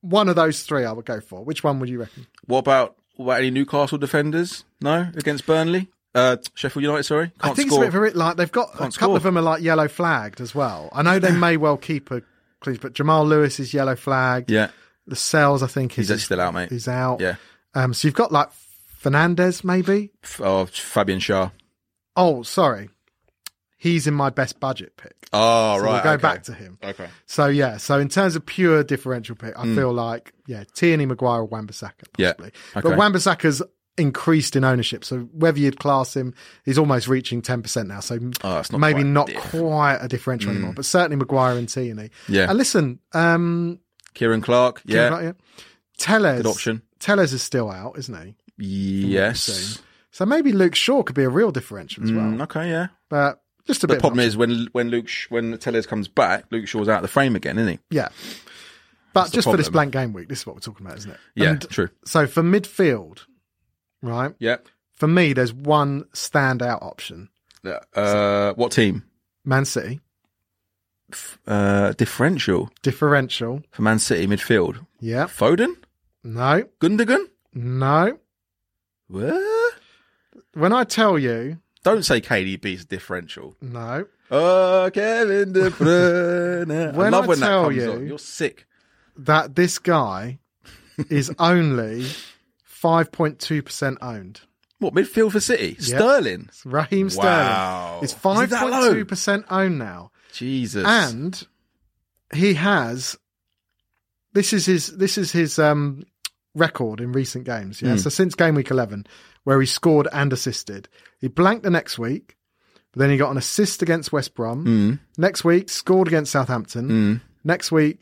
Speaker 2: One of those three, I would go for. Which one would you reckon?
Speaker 1: What about what about any Newcastle defenders? No, against Burnley, uh, Sheffield United. Sorry, can't
Speaker 2: I think
Speaker 1: score.
Speaker 2: it's a bit of a, like they've got a couple
Speaker 1: Can't
Speaker 2: of
Speaker 1: score.
Speaker 2: them are like yellow flagged as well.
Speaker 1: [CLEARS THROAT]
Speaker 2: I know they may well keep a clean, but Jamal Lewis is yellow flagged.
Speaker 1: yeah,
Speaker 2: The cells, I think, is
Speaker 1: he's actually still out, mate.
Speaker 2: is out.
Speaker 1: Yeah,
Speaker 2: Um, so you've got like Fernandez, maybe.
Speaker 1: F- oh, Fabian Shaw.
Speaker 2: Oh, sorry, he's in my best budget pick.
Speaker 1: Oh,
Speaker 2: So
Speaker 1: right.
Speaker 2: we'll go
Speaker 1: okay.
Speaker 2: back to him.
Speaker 1: Okay.
Speaker 2: So yeah, so in terms of pure differential pick, I feel like yeah, Tierney, Maguire, or Wan-Bissaka
Speaker 1: Hmm. Yeah,
Speaker 2: possibly.
Speaker 1: okay.
Speaker 2: But Wan-Bissaka's increased in ownership, so whether you'd class him, he's almost reaching ten percent now. So
Speaker 1: Oh, it's not
Speaker 2: maybe
Speaker 1: quite
Speaker 2: not
Speaker 1: diff.
Speaker 2: quite a differential anymore, but certainly Maguire and Tierney.
Speaker 1: Yeah.
Speaker 2: And listen, um,
Speaker 1: Kieran Clark. Yeah.
Speaker 2: yeah. Tellez,
Speaker 1: Good option.
Speaker 2: Tellez is still out, isn't he?
Speaker 1: Yes.
Speaker 2: So maybe Luke Shaw could be a real differential as well,
Speaker 1: Mm, okay. Yeah.
Speaker 2: but just a
Speaker 1: The
Speaker 2: bit.
Speaker 1: problem is when when Luke Sh- when Tellez comes back, Luke Shaw's out of the frame again, isn't he?
Speaker 2: yeah. But
Speaker 1: the
Speaker 2: just for this
Speaker 1: problem.
Speaker 2: blank game week, this is what we're talking about, isn't it?
Speaker 1: Yeah.
Speaker 2: And
Speaker 1: true.
Speaker 2: so for midfield, right?
Speaker 1: Yeah.
Speaker 2: For me, there's one standout option:
Speaker 1: Uh, what team?
Speaker 2: Man City
Speaker 1: Uh, differential
Speaker 2: differential.
Speaker 1: for Man City midfield.
Speaker 2: Yeah.
Speaker 1: Foden,
Speaker 2: No.
Speaker 1: Gundogan.
Speaker 2: No.
Speaker 1: What?
Speaker 2: When I tell you,
Speaker 1: Don't say KDB's differential.
Speaker 2: no.
Speaker 1: Oh, Kevin De Bruyne. I
Speaker 2: When
Speaker 1: love
Speaker 2: I
Speaker 1: when that
Speaker 2: tell
Speaker 1: comes
Speaker 2: you-
Speaker 1: on. You're sick.
Speaker 2: that
Speaker 1: [LAUGHS]
Speaker 2: this guy is only 5.2% owned.
Speaker 1: What midfield for City? Sterling.
Speaker 2: It's Raheem
Speaker 1: Wow.
Speaker 2: Sterling is
Speaker 1: Is it that low?
Speaker 2: 5.2% owned now.
Speaker 1: Jesus.
Speaker 2: And he has this is his this is his um record in recent games, yeah. So since game week 11 where he scored and assisted. He blanked the next week, but then he got an assist against West Brom.
Speaker 1: Mm,
Speaker 2: Next week scored against Southampton.
Speaker 1: mm.
Speaker 2: next week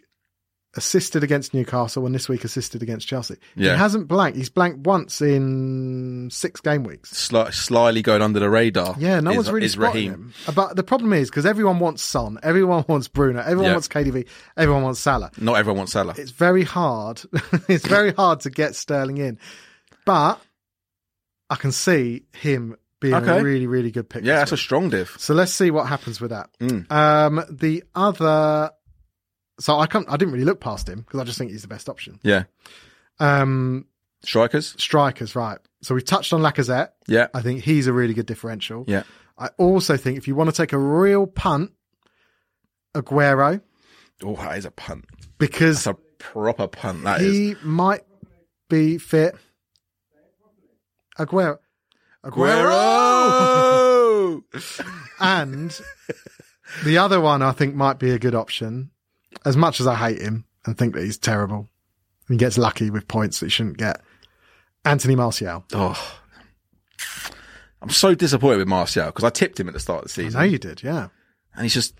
Speaker 2: assisted against Newcastle and this week assisted against Chelsea.
Speaker 1: Yeah.
Speaker 2: He hasn't blanked. He's blanked once in six game weeks.
Speaker 1: Sli- slyly going under the radar.
Speaker 2: Yeah, no
Speaker 1: is-
Speaker 2: one's really
Speaker 1: is
Speaker 2: spotting
Speaker 1: Raheem.
Speaker 2: him. Uh, But the problem is because everyone wants Son, everyone [LAUGHS] wants Bruno, everyone
Speaker 1: Yeah.
Speaker 2: wants KDV, everyone wants Salah.
Speaker 1: Not everyone wants Salah.
Speaker 2: It's very hard. [LAUGHS] it's very hard to get Sterling in, but I can see him being
Speaker 1: Okay.
Speaker 2: a really, really good pick.
Speaker 1: yeah,
Speaker 2: this
Speaker 1: that's a
Speaker 2: week.
Speaker 1: strong diff.
Speaker 2: So let's see what happens with that.
Speaker 1: Mm.
Speaker 2: Um, the other, so I can't. I didn't really look past him because I just think he's the best option.
Speaker 1: Yeah.
Speaker 2: Um,
Speaker 1: Strikers.
Speaker 2: strikers, right? So we've touched on Lacazette.
Speaker 1: Yeah.
Speaker 2: I think he's a really good differential.
Speaker 1: Yeah.
Speaker 2: I also think if you want to take a real punt, Aguero,
Speaker 1: Oh, that is a punt. It's
Speaker 2: because
Speaker 1: a proper punt, that is.
Speaker 2: he might be fit. Aguero,
Speaker 1: [LAUGHS] Guerrero!
Speaker 2: And the other one I think might be a good option, as much as I hate him and think that he's terrible and gets lucky with points that he shouldn't get. Anthony Martial.
Speaker 1: oh. I'm so disappointed with Martial because I tipped him at the start of the
Speaker 2: I
Speaker 1: season.
Speaker 2: know you did, yeah.
Speaker 1: and he's just.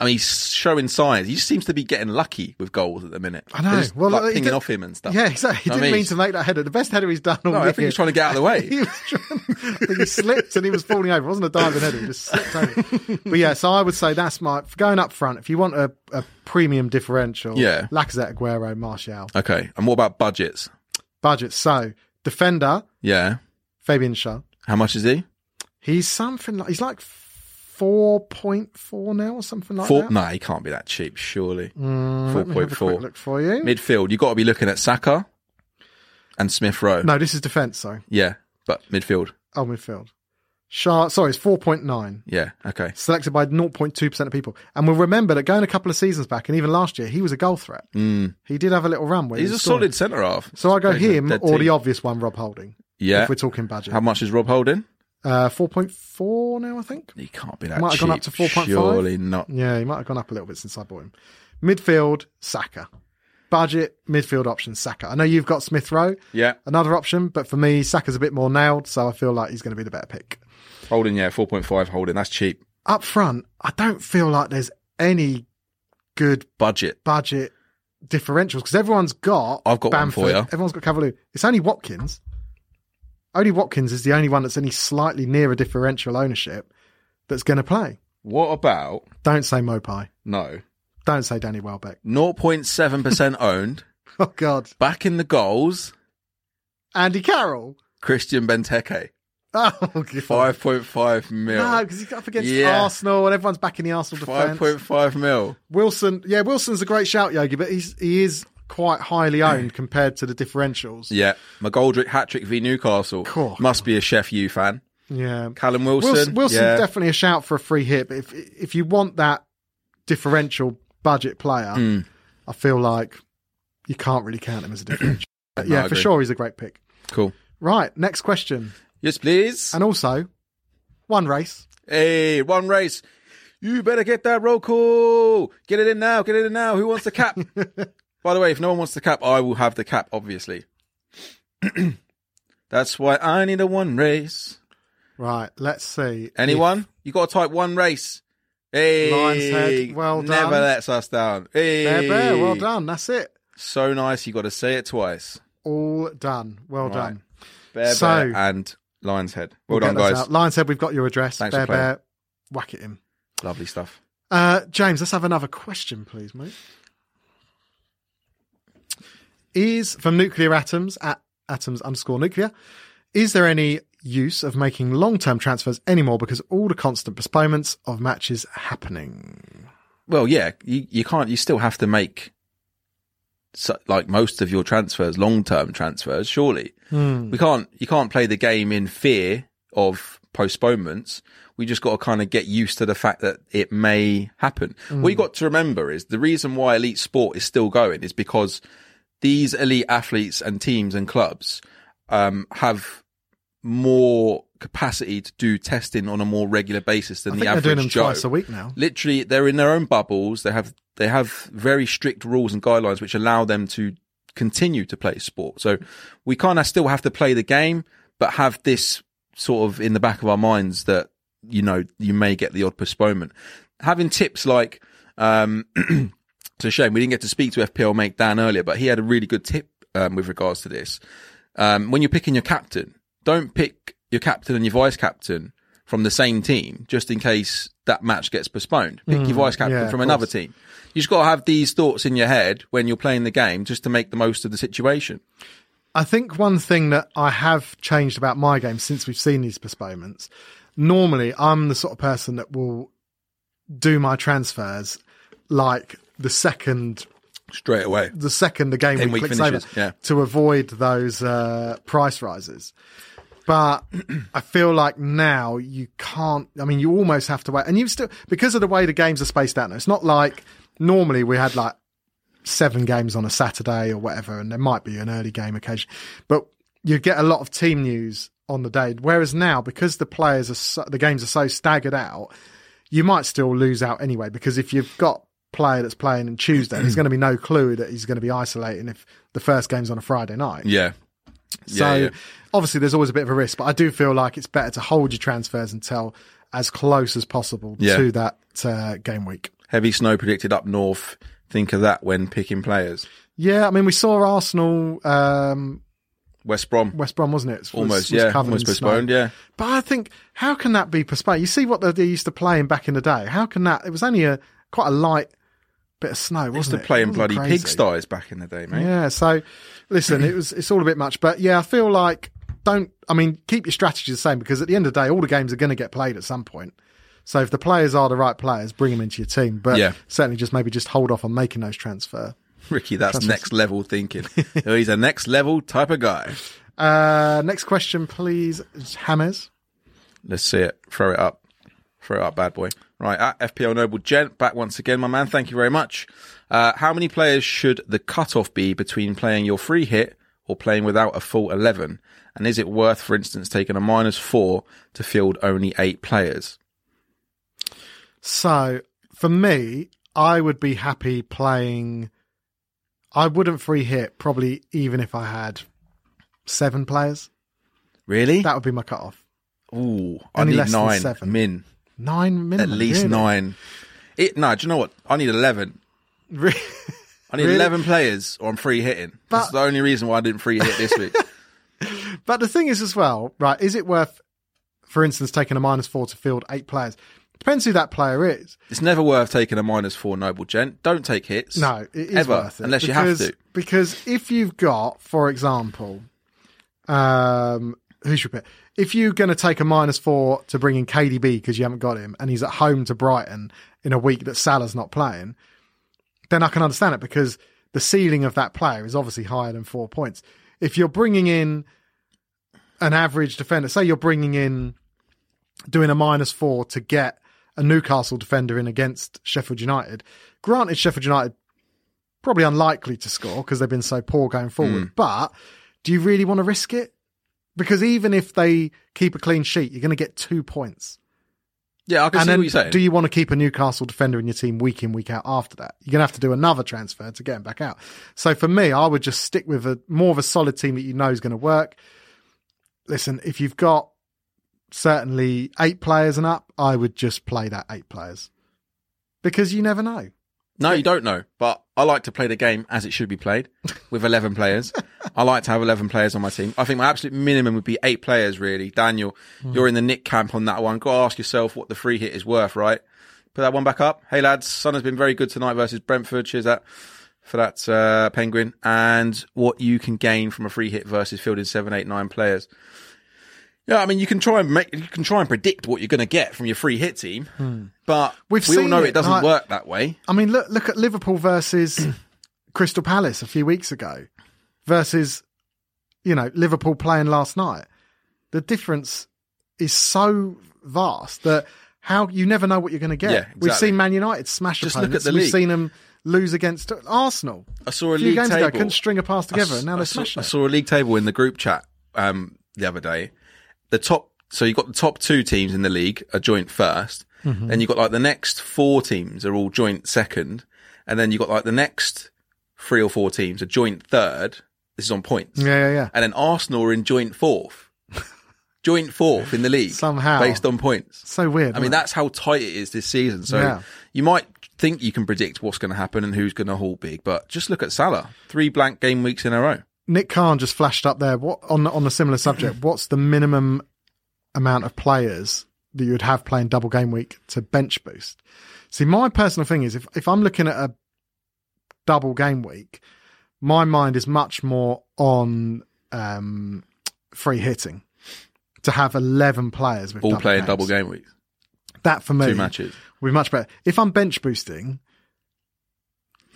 Speaker 1: I mean, he's showing signs. He just seems to be getting lucky with goals at the minute.
Speaker 2: I know.
Speaker 1: They're Just,
Speaker 2: Well,
Speaker 1: like,
Speaker 2: he
Speaker 1: pinging
Speaker 2: did-
Speaker 1: off him and stuff.
Speaker 2: Yeah, exactly. He
Speaker 1: Know what I
Speaker 2: didn't
Speaker 1: mean?
Speaker 2: mean to make that header. The best header he's done all
Speaker 1: No, I think
Speaker 2: year.
Speaker 1: he's trying to get out of the
Speaker 2: [LAUGHS]
Speaker 1: way.
Speaker 2: he was trying,
Speaker 1: [LAUGHS]
Speaker 2: I think he slipped and he was falling over. It wasn't a diving header, he just slipped over. but yeah, so I would say that's my for going up front. If you want a, a premium differential,
Speaker 1: Yeah.
Speaker 2: Lacazette, Aguero, Martial,
Speaker 1: Okay. And what about budgets?
Speaker 2: budget. So defender
Speaker 1: Yeah.
Speaker 2: Fabian Schär.
Speaker 1: How much is he?
Speaker 2: He's something like he's like four point four now or something like
Speaker 1: Four?
Speaker 2: that.
Speaker 1: No, he can't be that cheap, surely.
Speaker 2: Mm, let me have a
Speaker 1: 4.4.
Speaker 2: quick Look for you.
Speaker 1: Midfield, you've got to be looking at Saka and Smith Rowe.
Speaker 2: no, this is defense. Sorry,
Speaker 1: Yeah. But midfield.
Speaker 2: oh midfield. Sharp. Sorry, it's four point nine.
Speaker 1: Yeah. Okay.
Speaker 2: Selected by 0.2% of people. And we'll remember that going a couple of seasons back and even last year, he was a goal threat.
Speaker 1: Mm.
Speaker 2: He did have a little run where he
Speaker 1: He's a
Speaker 2: was scoring.
Speaker 1: solid centre half.
Speaker 2: So I go
Speaker 1: He's a
Speaker 2: him
Speaker 1: dead
Speaker 2: or
Speaker 1: team.
Speaker 2: the obvious one, Rob Holding,
Speaker 1: Yeah.
Speaker 2: if we're talking budget.
Speaker 1: How much is Rob Holding?
Speaker 2: Uh, 4.4 now, I think.
Speaker 1: He can't be that
Speaker 2: Might have
Speaker 1: cheap.
Speaker 2: gone up to 4.5.
Speaker 1: Surely not.
Speaker 2: Yeah, he might have gone up a little bit since I bought him. Midfield, Saka. Budget, midfield option, Saka. I know you've got Smith Rowe,
Speaker 1: Yeah,
Speaker 2: another option, but for me, Saka's a bit more nailed, so I feel like he's going to be the better pick.
Speaker 1: holding. Yeah, four point five holding. That's cheap.
Speaker 2: Up front, I don't feel like there's any good
Speaker 1: Budget.
Speaker 2: budget differentials because everyone's got
Speaker 1: I've got one
Speaker 2: Bamford,
Speaker 1: for you.
Speaker 2: everyone's got Cavalier. It's only Watkins. Only Watkins is the only one that's any slightly near a differential ownership that's going to play.
Speaker 1: What about
Speaker 2: Don't say Mopai.
Speaker 1: no?
Speaker 2: Don't say Danny Welbeck. [LAUGHS]
Speaker 1: 0.7% [LAUGHS] owned.
Speaker 2: Oh God,
Speaker 1: Back in the goals,
Speaker 2: Andy Carroll. [LAUGHS]
Speaker 1: Christian Benteke.
Speaker 2: Oh God.
Speaker 1: 5.5 mil.
Speaker 2: No, because he's up against
Speaker 1: Yeah.
Speaker 2: Arsenal and everyone's back in the Arsenal defence.
Speaker 1: 5.5 mil.
Speaker 2: Wilson, yeah, Wilson's a great shout, Yogi, but he's he is quite highly owned compared to the differentials.
Speaker 1: Yeah. McGoldrick hat trick v Newcastle.
Speaker 2: Cool.
Speaker 1: Must be a Chef U fan.
Speaker 2: yeah.
Speaker 1: Callum Wilson.
Speaker 2: Wilson, Wilson
Speaker 1: yeah.
Speaker 2: definitely a shout for a free hit. But if if you want that differential budget player,
Speaker 1: Hmm.
Speaker 2: I feel like you can't really
Speaker 1: [CLEARS THROAT]
Speaker 2: count him as a differential. But
Speaker 1: No, I
Speaker 2: yeah, for
Speaker 1: agree.
Speaker 2: sure, he's a great pick.
Speaker 1: Cool.
Speaker 2: Right, next question,
Speaker 1: Yes, please.
Speaker 2: and also one race.
Speaker 1: Hey, one race. You better get that roll call. Get it in now. Get it in now. Who wants the
Speaker 2: [LAUGHS]
Speaker 1: cap? By the way, if no one wants the cap, I will have the cap, obviously. [CLEARS THROAT] That's why I need a one race.
Speaker 2: Right, let's see.
Speaker 1: Anyone? You got to type one race. Hey,
Speaker 2: Lionshead, well
Speaker 1: Never
Speaker 2: done.
Speaker 1: lets us down. Hey,
Speaker 2: Bear, bear, well done. That's it.
Speaker 1: So nice. You got to say it twice.
Speaker 2: All done. Well
Speaker 1: Right.
Speaker 2: done.
Speaker 1: Bear,
Speaker 2: So-
Speaker 1: bear, and lion's head. Well
Speaker 2: We'll
Speaker 1: done,
Speaker 2: get those
Speaker 1: guys.
Speaker 2: out. Lion said we've got your address.
Speaker 1: Thanks for
Speaker 2: bear,
Speaker 1: playing.
Speaker 2: bear, whack at him.
Speaker 1: Lovely stuff.
Speaker 2: Uh, James, let's have another question, please, mate. Is from nuclear atoms at atoms underscore nuclear. Is there any use of making long term transfers anymore because all the constant postponements of matches happening?
Speaker 1: Well, yeah, you, you can't. You still have to make so, like most of your transfers, long term transfers. Surely
Speaker 2: Hmm.
Speaker 1: we can't. You can't play the game in fear of postponements. We just got to kind of get used to the fact that it may happen. What you
Speaker 2: Hmm.
Speaker 1: got to remember is the reason why elite sport is still going is because these elite athletes and teams and clubs um, have more capacity to do testing on a more regular basis than
Speaker 2: I
Speaker 1: the
Speaker 2: think they're
Speaker 1: average
Speaker 2: doing them
Speaker 1: Joe
Speaker 2: twice a week now.
Speaker 1: literally they're in their own bubbles they have they have very strict rules and guidelines which allow them to continue to play sport so we kind of still have to play the game but have this sort of in the back of our minds that you know you may get the odd postponement having tips like um it's a shame we didn't get to speak to FPL mate Dan earlier but he had a really good tip um, with regards to this um, when you're picking your captain, don't pick your captain and your vice captain from the same team just in case that match gets postponed. Pick your vice captain
Speaker 2: Hmm, yeah, of
Speaker 1: from another
Speaker 2: course.
Speaker 1: team. You just got to have these thoughts in your head when you're playing the game just to make the most of the situation.
Speaker 2: I think one thing that I have changed about my game since we've seen these postponements, normally I'm the sort of person that will do my transfers like the second
Speaker 1: Straight away.
Speaker 2: the second the game week,
Speaker 1: week
Speaker 2: clicks
Speaker 1: finishes,
Speaker 2: over
Speaker 1: yeah.
Speaker 2: to avoid those uh, price rises. But [CLEARS THROAT] I feel like now you can't. I mean, you almost have to wait, and you still because of the way the games are spaced out. Now it's not like normally we had like seven games on a Saturday or whatever, and there might be an early game occasion, but you get a lot of team news on the day. Whereas now, because the players are so, the games are so staggered out, you might still lose out anyway because if you've got player that's playing on Tuesday, there's going to be no clue that he's going to be isolating if the first game's on a Friday night.
Speaker 1: Yeah.
Speaker 2: so
Speaker 1: yeah.
Speaker 2: obviously there's always a bit of a risk, but I do feel like it's better to hold your transfers until as close as possible
Speaker 1: Yeah.
Speaker 2: to that uh, game week.
Speaker 1: Heavy snow predicted up north. Think of that when picking players.
Speaker 2: Yeah, I mean we saw Arsenal um,
Speaker 1: West Brom.
Speaker 2: West Brom, wasn't it? Was-
Speaker 1: almost,
Speaker 2: was
Speaker 1: yeah.
Speaker 2: covered
Speaker 1: Almost
Speaker 2: in snow.
Speaker 1: postponed, yeah.
Speaker 2: But I think how can that be postponed? You see what they they used to play in back in the day. How can that? It was only a quite a light bit of snow,
Speaker 1: Used
Speaker 2: wasn't
Speaker 1: to
Speaker 2: it?
Speaker 1: play
Speaker 2: It
Speaker 1: in
Speaker 2: wasn't
Speaker 1: bloody
Speaker 2: crazy.
Speaker 1: pigsties back in the day, mate.
Speaker 2: Yeah. So listen, it was it's all a bit much, but yeah, I feel like don't. I mean, keep your strategy the same because at the end of the day, all the games are going to get played at some point. So if the players are the right players, bring them into your team. But
Speaker 1: Yeah.
Speaker 2: certainly, just maybe just hold off on making those transfer.
Speaker 1: Ricky, that's next level thinking. He's a next level type of guy.
Speaker 2: Uh, next question, please, Hammers.
Speaker 1: Let's see it. Throw it up. Throw it up, bad boy. Right, at FPL Noble Gent, back once again, my man. Thank you very much. Uh, how many players should the cutoff be between playing your free hit or playing without a full 11? And is it worth, for instance, taking a minus four to field only eight players?
Speaker 2: So for me, I would be happy playing. I wouldn't free hit probably even if I had seven players.
Speaker 1: Really?
Speaker 2: That would be my cutoff.
Speaker 1: Ooh, I
Speaker 2: Any
Speaker 1: need
Speaker 2: less than
Speaker 1: nine.
Speaker 2: seven.
Speaker 1: Min.
Speaker 2: Nine
Speaker 1: At
Speaker 2: minimum.
Speaker 1: least
Speaker 2: really.
Speaker 1: nine. It, no, do you know what? I need 11.
Speaker 2: Re-
Speaker 1: I need
Speaker 2: [LAUGHS] Really?
Speaker 1: 11 players or I'm free hitting. That's
Speaker 2: But-
Speaker 1: the only reason why I didn't free hit this
Speaker 2: [LAUGHS]
Speaker 1: week.
Speaker 2: But the thing is, as well, right? Is it worth, for instance, taking a minus four to field eight players? Depends who that player is.
Speaker 1: it's never worth taking a minus four, noble gent. Don't take hits.
Speaker 2: No, it is
Speaker 1: Ever,
Speaker 2: worth it
Speaker 1: unless you have
Speaker 2: because-
Speaker 1: to.
Speaker 2: Because if you've got, for example, um, who's your pick? If you're going to take a minus four to bring in KDB because you haven't got him, and he's at home to Brighton in a week that Salah's not playing, then I can understand it because the ceiling of that player is obviously higher than four points. If you're bringing in an average defender, say you're bringing in doing a minus four to get a Newcastle defender in against Sheffield United. Granted, Sheffield United probably unlikely to score because they've been so poor going forward.
Speaker 1: Hmm.
Speaker 2: But do you really want to risk it? Because even if they keep a clean sheet, you're going to get two points.
Speaker 1: Yeah, I can
Speaker 2: And
Speaker 1: see
Speaker 2: then
Speaker 1: what you're saying.
Speaker 2: do you want to keep a Newcastle defender in your team week in, week out after that? You're going to have to do another transfer to get him back out. So for me, I would just stick with a more of a solid team that you know is going to work. Listen, if you've got certainly eight players and up, I would just play that eight players because you never know.
Speaker 1: No, you don't know. But I like to play the game as it should be played with 11 players. I like to have 11 players on my team. I think my absolute minimum would be eight players, really. Daniel,
Speaker 2: Hmm.
Speaker 1: you're in the Nick camp on that one. Got to ask yourself what the free hit is worth, right? Put that one back up. Hey, lads, Sun has been very good tonight versus Brentford. Cheers that for that, uh, Penguin. And what you can gain from a free hit versus fielding seven, eight, nine players. Yeah, I mean, you can try and make, you can try and predict what you're going to get from your free hit team, but
Speaker 2: Hmm. We've
Speaker 1: we all
Speaker 2: seen
Speaker 1: know
Speaker 2: it,
Speaker 1: it doesn't
Speaker 2: like-
Speaker 1: work that way.
Speaker 2: I mean, look look at Liverpool versus [CLEARS THROAT] Crystal Palace a few weeks ago versus you know Liverpool playing last night. The difference is so vast that how you never know what you're going to get.
Speaker 1: Yeah,
Speaker 2: We've
Speaker 1: exactly.
Speaker 2: seen Man United smash
Speaker 1: Just look at
Speaker 2: opponents.
Speaker 1: the
Speaker 2: We've
Speaker 1: league.
Speaker 2: seen them lose against Arsenal.
Speaker 1: I saw a,
Speaker 2: A few
Speaker 1: league
Speaker 2: games
Speaker 1: table.
Speaker 2: ago, couldn't string a pass together, and now
Speaker 1: I
Speaker 2: they're
Speaker 1: saw,
Speaker 2: smashing
Speaker 1: I
Speaker 2: it.
Speaker 1: saw a league table in the group chat um, the other day. The top, so you got the top two teams in the league are joint 1st
Speaker 2: Mm-hmm.
Speaker 1: Then you got like the next four teams are all joint second, and then you got like the next three or four teams are joint third. This is on points,
Speaker 2: Yeah, yeah, yeah.
Speaker 1: and then Arsenal are in joint
Speaker 2: [LAUGHS]
Speaker 1: fourth, joint fourth in the league
Speaker 2: Somehow.
Speaker 1: based on points.
Speaker 2: So weird.
Speaker 1: I mean,
Speaker 2: isn't it?
Speaker 1: that's how tight it is this season. So
Speaker 2: Yeah.
Speaker 1: you might think you can predict what's going to happen and who's going to haul big, but just look at Salah. Three blank game weeks in a row.
Speaker 2: Nick Khan just flashed up there. What on on a similar
Speaker 1: [CLEARS THROAT]
Speaker 2: subject? What's the minimum amount of players that you would have playing double game week to bench boost? See, my personal thing is if if I'm looking at a double game week, my mind is much more on um, free hitting to have eleven players with
Speaker 1: All
Speaker 2: double
Speaker 1: playing
Speaker 2: games.
Speaker 1: double game weeks.
Speaker 2: That for me,
Speaker 1: Two matches.
Speaker 2: would be much better. If I'm bench boosting,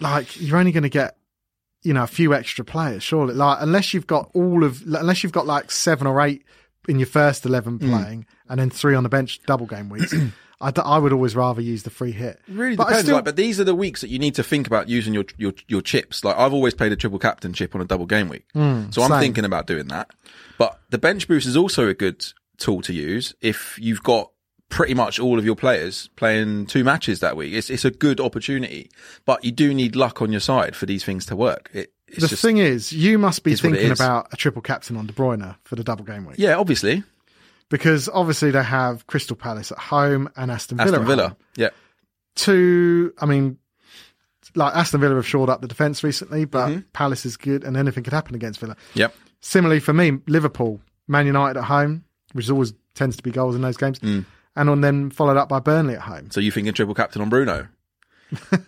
Speaker 2: like you're only going to get, you know, a few extra players, surely. Like unless you've got all of, unless you've got like seven or eight in your first eleven
Speaker 1: Mm.
Speaker 2: playing, and then three on the bench double
Speaker 1: [CLEARS THROAT]
Speaker 2: game weeks. I, d- I would always rather use the free hit.
Speaker 1: Really
Speaker 2: But I
Speaker 1: depends.
Speaker 2: still-
Speaker 1: like, but these are the weeks that you need to think about using your, your your chips. Like I've always played a triple captain chip on a double game week, so I'm
Speaker 2: Hmm, same.
Speaker 1: thinking about doing that. But the bench boost is also a good tool to use if you've got pretty much all of your players playing two matches that week. It's it's a good opportunity, but you do need luck on your side for these things to work. It, it's
Speaker 2: the
Speaker 1: just,
Speaker 2: thing is, you must be
Speaker 1: is what it
Speaker 2: thinking
Speaker 1: is.
Speaker 2: about a triple captain on De Bruyne for the double game week
Speaker 1: yeah, obviously
Speaker 2: because obviously they have Crystal Palace at home and Aston Villa.
Speaker 1: Aston
Speaker 2: at
Speaker 1: Villa.
Speaker 2: home.
Speaker 1: Yeah,
Speaker 2: two. I mean, like Aston Villa have shored up the defence recently, but
Speaker 1: Mm-hmm.
Speaker 2: Palace is good, and anything could happen against Villa.
Speaker 1: yep.
Speaker 2: Similarly for me, Liverpool, Man United at home, which is always tends to be goals in those games,
Speaker 1: Mm.
Speaker 2: and on then followed up by Burnley at home.
Speaker 1: So you thinking triple captain on
Speaker 2: [LAUGHS]
Speaker 1: Bruno?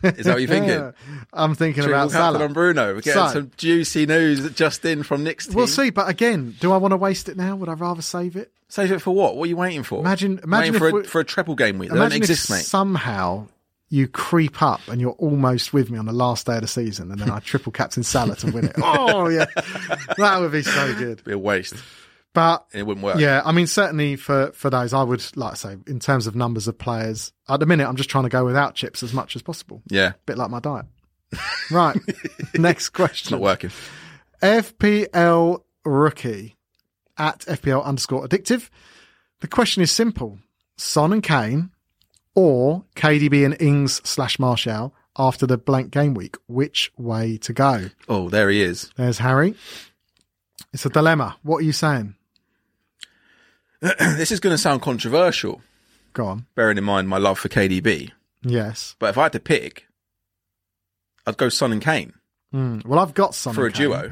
Speaker 1: Is that what you're thinking?
Speaker 2: I'm thinking
Speaker 1: Triple
Speaker 2: about
Speaker 1: captain
Speaker 2: Salah.
Speaker 1: on Bruno. We're getting
Speaker 2: So-
Speaker 1: some juicy news just in from Nick's team.
Speaker 2: We'll see, but again, do I want to waste it now? Would I rather save it?
Speaker 1: Save it for what? What are you waiting for?
Speaker 2: Imagine- imagine
Speaker 1: waiting for
Speaker 2: if
Speaker 1: a,
Speaker 2: we-
Speaker 1: for a treble game week. They don't
Speaker 2: Imagine
Speaker 1: exist,
Speaker 2: if
Speaker 1: mate.
Speaker 2: somehow you creep up and you're almost with me on the last day of the season, and
Speaker 1: [LAUGHS]
Speaker 2: then I triple captain Salah to win it. Oh yeah, that would be so good.
Speaker 1: It'd be a waste.
Speaker 2: But
Speaker 1: It wouldn't work.
Speaker 2: Yeah, I mean, certainly for for those, I would like I say in terms of numbers of players. At the minute, I'm just trying to go without chips as much as possible.
Speaker 1: Yeah,
Speaker 2: bit like my diet. Right. Next
Speaker 1: not
Speaker 2: question.
Speaker 1: working.
Speaker 2: FPL rookie at FPL underscore addictive. The question is simple Son and Kane or KDB and Ings slash Marshall after the blank game week. Which way to go?
Speaker 1: Oh, there he is. [CLEARS THROAT]
Speaker 2: There's Harry. It's a dilemma. What are you saying?
Speaker 1: this is going to sound controversial,
Speaker 2: Go on.
Speaker 1: bearing in mind my love for KDB.
Speaker 2: Yes.
Speaker 1: But if I had to pick, I'd go Son and Kane
Speaker 2: Mm. Well, I've got some
Speaker 1: for a
Speaker 2: Kane,
Speaker 1: duo.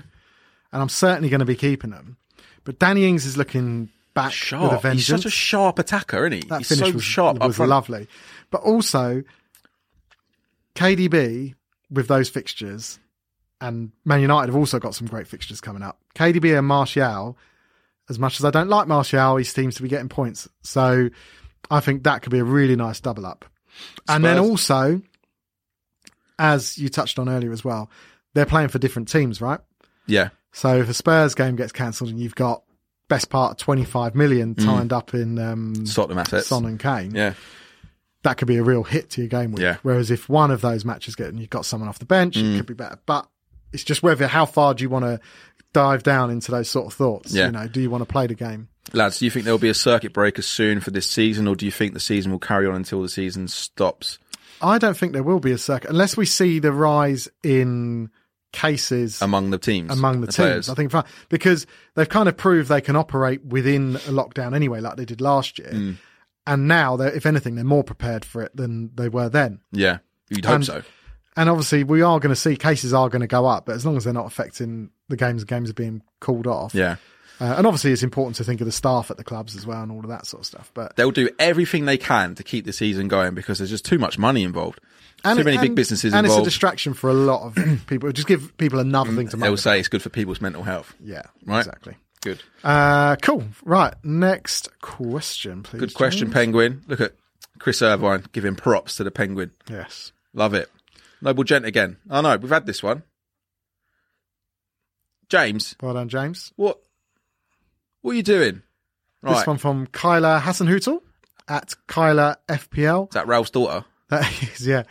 Speaker 2: and I'm certainly going to be keeping them. But Danny Ings is looking back with a
Speaker 1: Sharp. He's
Speaker 2: vengeance.
Speaker 1: such a sharp attacker, isn't he?
Speaker 2: that
Speaker 1: He's
Speaker 2: finish
Speaker 1: so
Speaker 2: was,
Speaker 1: sharp up
Speaker 2: was
Speaker 1: front.
Speaker 2: lovely. But also, KDB with those fixtures, and Man United have also got some great fixtures coming up. KDB and Martial, as much as I don't like Martial, he seems to be getting points. So I think that could be a really nice double up. And then
Speaker 1: Spurs.
Speaker 2: also, as you touched on earlier as well, they're playing for different teams, right?
Speaker 1: Yeah.
Speaker 2: So if a Spurs game gets cancelled and you've got best part of 25 million tied up in um,
Speaker 1: Tottenham assets.
Speaker 2: Son and Kane,
Speaker 1: Mm. Yeah.
Speaker 2: that could be a real hit to your game week.
Speaker 1: Yeah. Mm.
Speaker 2: Whereas if one of those matches get and you've got someone off the bench, it could be better. But it's just whether how far do you want to dive down into those sort of thoughts.
Speaker 1: Yeah.
Speaker 2: You know, do you want to play the game?
Speaker 1: Lads, do you think there'll be a circuit breaker soon for this season, or do you think the season will carry on until the season stops?
Speaker 2: I don't think there will be a circuit unless we see the rise in cases
Speaker 1: among the teams.
Speaker 2: among the, teams.
Speaker 1: players.
Speaker 2: I think fine, because they've kind of proved they can operate within a lockdown anyway, like they did last year.
Speaker 1: Mm.
Speaker 2: And now, they're, if anything, they're more prepared for it than they were then.
Speaker 1: Yeah, you'd hope
Speaker 2: And-
Speaker 1: so.
Speaker 2: And obviously, we are going to see cases are going to go up, but as long as they're not affecting the games, games are being called off.
Speaker 1: Yeah,
Speaker 2: Uh, and obviously, it's important to think of the staff at the clubs as well and all of that sort of stuff. But
Speaker 1: they'll do everything they can to keep the season going because there's just too much money involved.
Speaker 2: and
Speaker 1: too
Speaker 2: it-
Speaker 1: many big
Speaker 2: and-
Speaker 1: businesses
Speaker 2: and it's a
Speaker 1: involved.
Speaker 2: distraction for a lot of
Speaker 1: [CLEARS THROAT]
Speaker 2: people. It'll Just give people another thing to
Speaker 1: They'll
Speaker 2: manage.
Speaker 1: say it's good for people's mental health.
Speaker 2: yeah,
Speaker 1: Right.
Speaker 2: exactly.
Speaker 1: Good,
Speaker 2: Uh, cool. Right, next question, please.
Speaker 1: good question, Penguin. Look at Chris Irvine giving props to the Penguin.
Speaker 2: John. Yes.
Speaker 1: Love it. Noble gent again. Oh no, we've had this one. James,
Speaker 2: Well done, James.
Speaker 1: what? What are you doing? Right,
Speaker 2: This one from Kyla Hassenhutel at Kyla FPL.
Speaker 1: is that Ralph's daughter?
Speaker 2: [LAUGHS] That is, yeah.